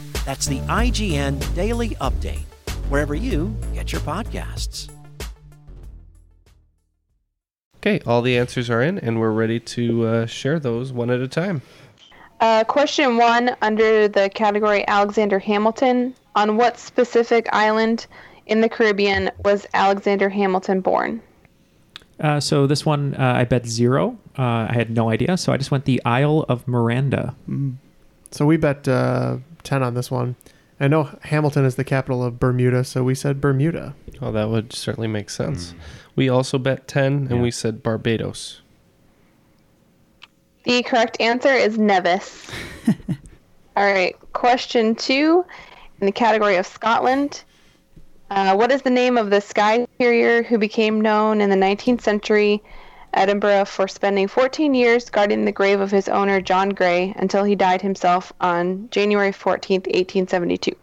[SPEAKER 9] That's the IGN Daily Update wherever you get your podcasts.
[SPEAKER 3] Okay, all the answers are in, and we're ready to uh, share those one at a time.
[SPEAKER 7] Uh, question one under the category Alexander Hamilton. On what specific island in the Caribbean was Alexander Hamilton born?
[SPEAKER 4] Uh, so this one, uh, I bet zero. Uh, I had no idea. So I just went the Isle of Miranda.
[SPEAKER 5] Mm-hmm.
[SPEAKER 2] So we bet uh, 10 on this one. I know Hamilton is the capital of Bermuda, so we said Bermuda.
[SPEAKER 3] Oh, that would certainly make
[SPEAKER 8] Hmm.
[SPEAKER 3] sense. We also bet 10, and we said Barbados.
[SPEAKER 7] The correct answer is Nevis. All right, question two in the category of Scotland. Uh, what is the name of the sky terrier who became known in the 19th century Edinburgh for spending 14 years guarding the grave of his owner John Gray until he died himself on January 14th, 1872?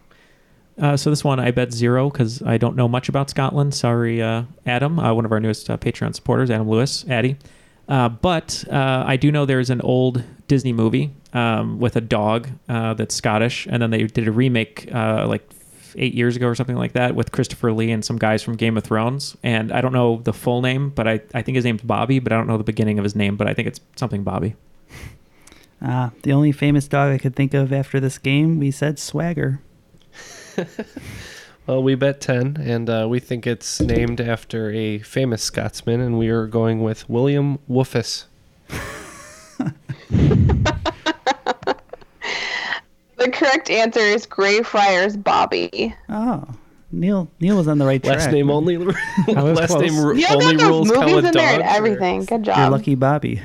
[SPEAKER 4] Uh, so this one I bet zero because I don't know much about Scotland. Sorry, uh, Adam, uh, one of our newest uh, Patreon supporters, Adam Lewis, Addy. Uh, but uh, I do know there's an old Disney movie um, with a dog uh, that's Scottish, and then they did a remake uh, like f- eight years ago or something like that with Christopher Lee and some guys from Game of Thrones. And I don't know the full name, but I, I think his name's Bobby, but I don't know the beginning of his name, but I think it's something Bobby.
[SPEAKER 5] Uh, the only famous dog I could think of after this game, we said Swagger.
[SPEAKER 3] Well, we bet 10, and uh, we think it's named after a famous Scotsman, and we are going with William Woofus.
[SPEAKER 7] The correct answer is Greyfriars Bobby.
[SPEAKER 5] Oh, Neil Neil was on the right
[SPEAKER 3] Last
[SPEAKER 5] track.
[SPEAKER 3] name only. last
[SPEAKER 5] close.
[SPEAKER 3] name ru-
[SPEAKER 7] You
[SPEAKER 3] only
[SPEAKER 7] got those
[SPEAKER 3] rules count
[SPEAKER 7] movies in
[SPEAKER 3] with
[SPEAKER 7] there and
[SPEAKER 3] dogs.
[SPEAKER 7] everything. Good
[SPEAKER 5] You're
[SPEAKER 7] job.
[SPEAKER 5] lucky, Bobby.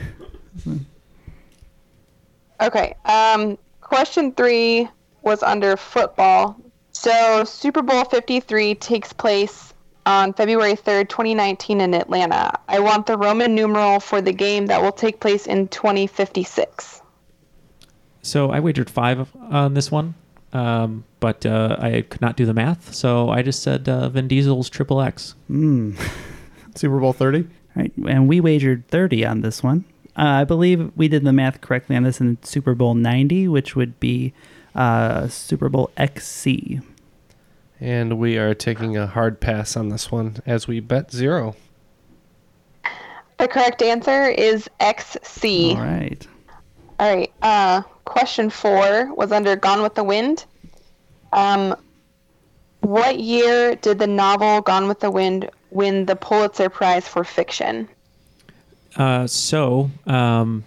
[SPEAKER 7] Okay. Um, question three was under football. So Super Bowl 53 takes place on February 3rd, 2019 in Atlanta. I want the Roman numeral for the game that will take place in 2056.
[SPEAKER 4] So I wagered five on this one, um, but uh, I could not do the math. So I just said uh, Vin Diesel's Triple X.
[SPEAKER 5] Mm.
[SPEAKER 2] Super Bowl 30.
[SPEAKER 5] Right, and we wagered 30 on this one. Uh, I believe we did the math correctly on this in Super Bowl 90, which would be uh, Super Bowl XC.
[SPEAKER 3] And we are taking a hard pass on this one as we bet zero.
[SPEAKER 7] The correct answer is XC.
[SPEAKER 3] All
[SPEAKER 5] right.
[SPEAKER 7] All right. Uh, question four was under Gone with the Wind. Um, what year did the novel Gone with the Wind win the Pulitzer Prize for fiction?
[SPEAKER 4] Uh, so um,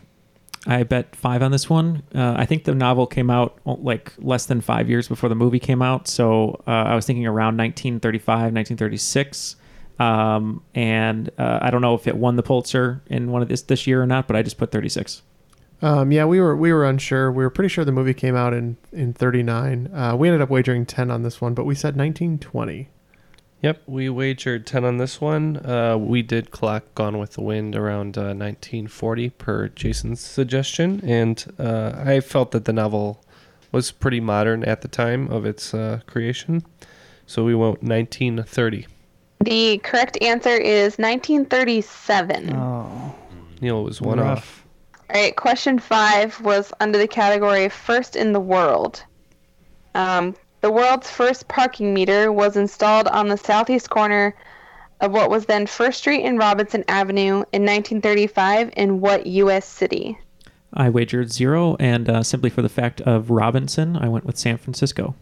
[SPEAKER 4] I bet five on this one. Uh, I think the novel came out oh, like less than five years before the movie came out. So uh, I was thinking around 1935, 1936. Um, and uh, I don't know if it won the Pulitzer in one of this this year or not, but I just put 36.
[SPEAKER 2] Um, yeah, we were we were unsure. We were pretty sure the movie came out in in 39. Uh, we ended up wagering 10 on this one, but we said 1920.
[SPEAKER 3] Yep, we wagered 10 on this one. Uh, we did clock Gone with the Wind around uh, 1940 per Jason's suggestion, and uh, I felt that the novel was pretty modern at the time of its uh, creation, so we went 1930.
[SPEAKER 7] The correct answer is 1937.
[SPEAKER 8] Mm.
[SPEAKER 5] Oh.
[SPEAKER 3] Neil was one
[SPEAKER 2] Rough.
[SPEAKER 3] off.
[SPEAKER 7] All right, question five was under the category First in the World. Um, the world's first parking meter was installed on the southeast corner of what was then First Street and Robinson Avenue in 1935 in what U.S. city?
[SPEAKER 4] I wagered zero, and uh, simply for the fact of Robinson, I went with San Francisco.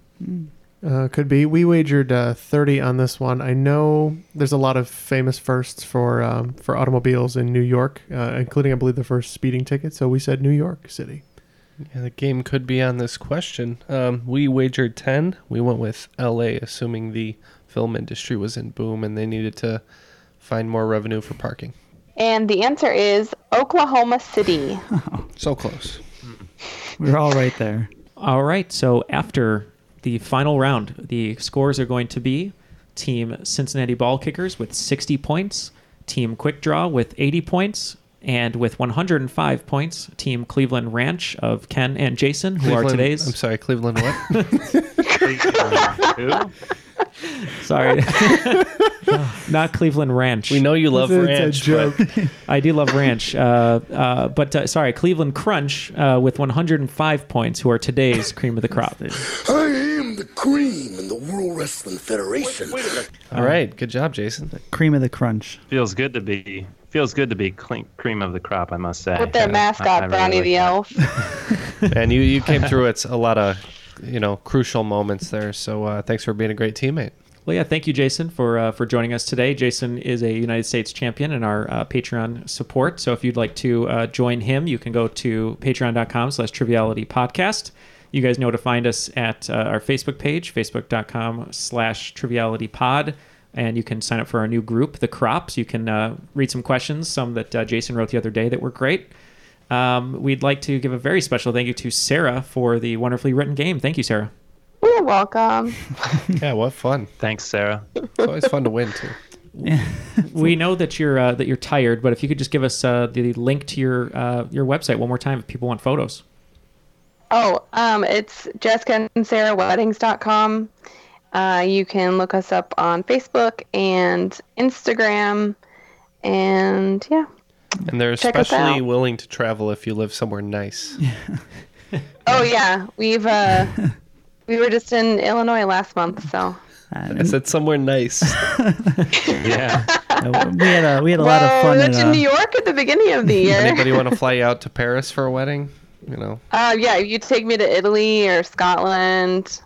[SPEAKER 2] Uh, could be. We wagered uh, 30 on this one. I know there's a lot of famous firsts for um, for automobiles in New York, uh, including I believe the first speeding ticket. So we said New York City.
[SPEAKER 3] Yeah, the game could be on this question. Um, we wagered 10. We went with LA, assuming the film industry was in boom and they needed to find more revenue for parking.
[SPEAKER 7] And the answer is Oklahoma City.
[SPEAKER 3] So close.
[SPEAKER 5] We're all right there.
[SPEAKER 4] All right. So after the final round, the scores are going to be Team Cincinnati Ball Kickers with 60 points, Team Quick Draw with 80 points, and with 105 points, Team Cleveland Ranch of Ken and Jason, who are
[SPEAKER 3] Cleveland-
[SPEAKER 4] today's.
[SPEAKER 3] I'm sorry, Cleveland what?
[SPEAKER 4] Sorry. Not Cleveland Ranch. We
[SPEAKER 3] know you love It's a ranch, joke.
[SPEAKER 4] I do love ranch. Uh, uh, but uh, sorry, Cleveland Crunch uh, with 105 points, who are today's cream of the crop.
[SPEAKER 10] I am the cream in the World Wrestling Federation.
[SPEAKER 3] All right. Good job, Jason.
[SPEAKER 5] Cream of the crunch.
[SPEAKER 8] Feels good to be feels good to be clean, cream of the crop, I must say.
[SPEAKER 7] With their
[SPEAKER 8] Uh,
[SPEAKER 7] mascot,
[SPEAKER 8] I- I really
[SPEAKER 7] Brownie
[SPEAKER 8] like
[SPEAKER 7] the
[SPEAKER 8] that.
[SPEAKER 7] Elf.
[SPEAKER 3] and you, you came through at a lot of, you know, crucial moments there. So uh, thanks for being a great teammate.
[SPEAKER 4] Well, yeah, thank you, Jason, for uh, for joining us today. Jason is a United States champion and our uh, Patreon support. So if you'd like to uh, join him, you can go to patreon.com slash triviality podcast. You guys know to find us at uh, our Facebook page, facebook.com slash triviality pod. And you can sign up for our new group, The Crops. You can uh, read some questions, some that uh, Jason wrote the other day that were great. Um, we'd like to give a very special thank you to Sarah for the wonderfully written game. Thank you, Sarah.
[SPEAKER 7] Yeah, welcome.
[SPEAKER 3] yeah, what fun.
[SPEAKER 8] Thanks, Sarah.
[SPEAKER 3] It's always fun to win too.
[SPEAKER 4] we know that you're uh, that you're tired, but if you could just give us uh, the link to your uh, your website one more time if people want photos.
[SPEAKER 7] Oh, um, it's Jessica and Sarah Weddings.com. Uh, you can look us up on Facebook and Instagram. And yeah.
[SPEAKER 3] And they're
[SPEAKER 7] Check us
[SPEAKER 3] especially
[SPEAKER 7] out.
[SPEAKER 3] willing to travel if you live somewhere nice.
[SPEAKER 7] Oh, yeah. We've, uh, we were just in Illinois last month, so.
[SPEAKER 3] I said somewhere nice. yeah.
[SPEAKER 5] we had a we had a lot of
[SPEAKER 7] Whoa,
[SPEAKER 5] fun.
[SPEAKER 7] that's
[SPEAKER 5] in,
[SPEAKER 7] in
[SPEAKER 5] uh,
[SPEAKER 7] New York at the beginning of the year.
[SPEAKER 3] Anybody want to fly out to Paris for a wedding? You know,
[SPEAKER 7] Uh, yeah, you take me to Italy or Scotland,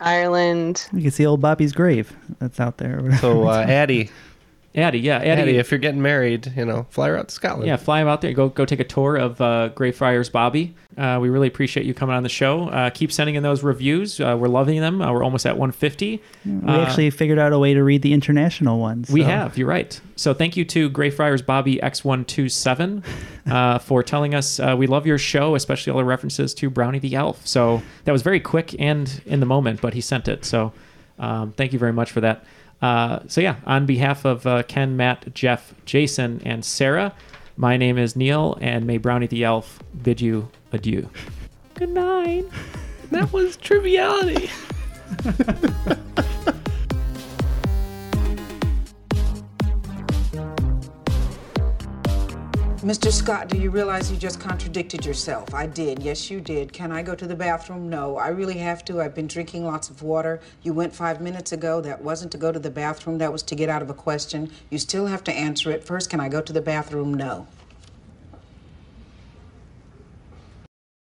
[SPEAKER 7] Ireland.
[SPEAKER 5] we could see old Bobby's grave that's out there. or whatever
[SPEAKER 3] So,
[SPEAKER 5] it's
[SPEAKER 3] uh,
[SPEAKER 5] called.
[SPEAKER 3] Addie.
[SPEAKER 4] Addie, yeah, Addie.
[SPEAKER 3] Addie. if you're getting married, you know, fly her out to Scotland.
[SPEAKER 4] Yeah, fly them out there. Go go take a tour of uh, Greyfriars Bobby. Uh, we really appreciate you coming on the show. Uh, keep sending in those reviews. Uh, we're loving them. Uh, we're almost at 150.
[SPEAKER 5] we
[SPEAKER 4] Uh,
[SPEAKER 5] actually figured out a way to read the international ones.
[SPEAKER 4] We
[SPEAKER 5] so.
[SPEAKER 4] have. You're right. So thank you to Greyfriars Bobby X127 uh, for telling us uh, we love your show, especially all the references to Brownie the Elf. So that was very quick and in the moment, but he sent it. So um, thank you very much for that. Uh, so yeah, on behalf of uh, Ken, Matt, Jeff, Jason, and Sarah, my name is Neil, and may Brownie the Elf bid you adieu. Good night. That was triviality.
[SPEAKER 11] Mr. Scott, do you realize you just contradicted yourself? I did. Yes, you did. Can I go to the bathroom? No. I really have to. I've been drinking lots of water. You went five minutes ago. That wasn't to go to the bathroom. That was to get out of a question. You still have to answer it. First, can I go to the bathroom? No.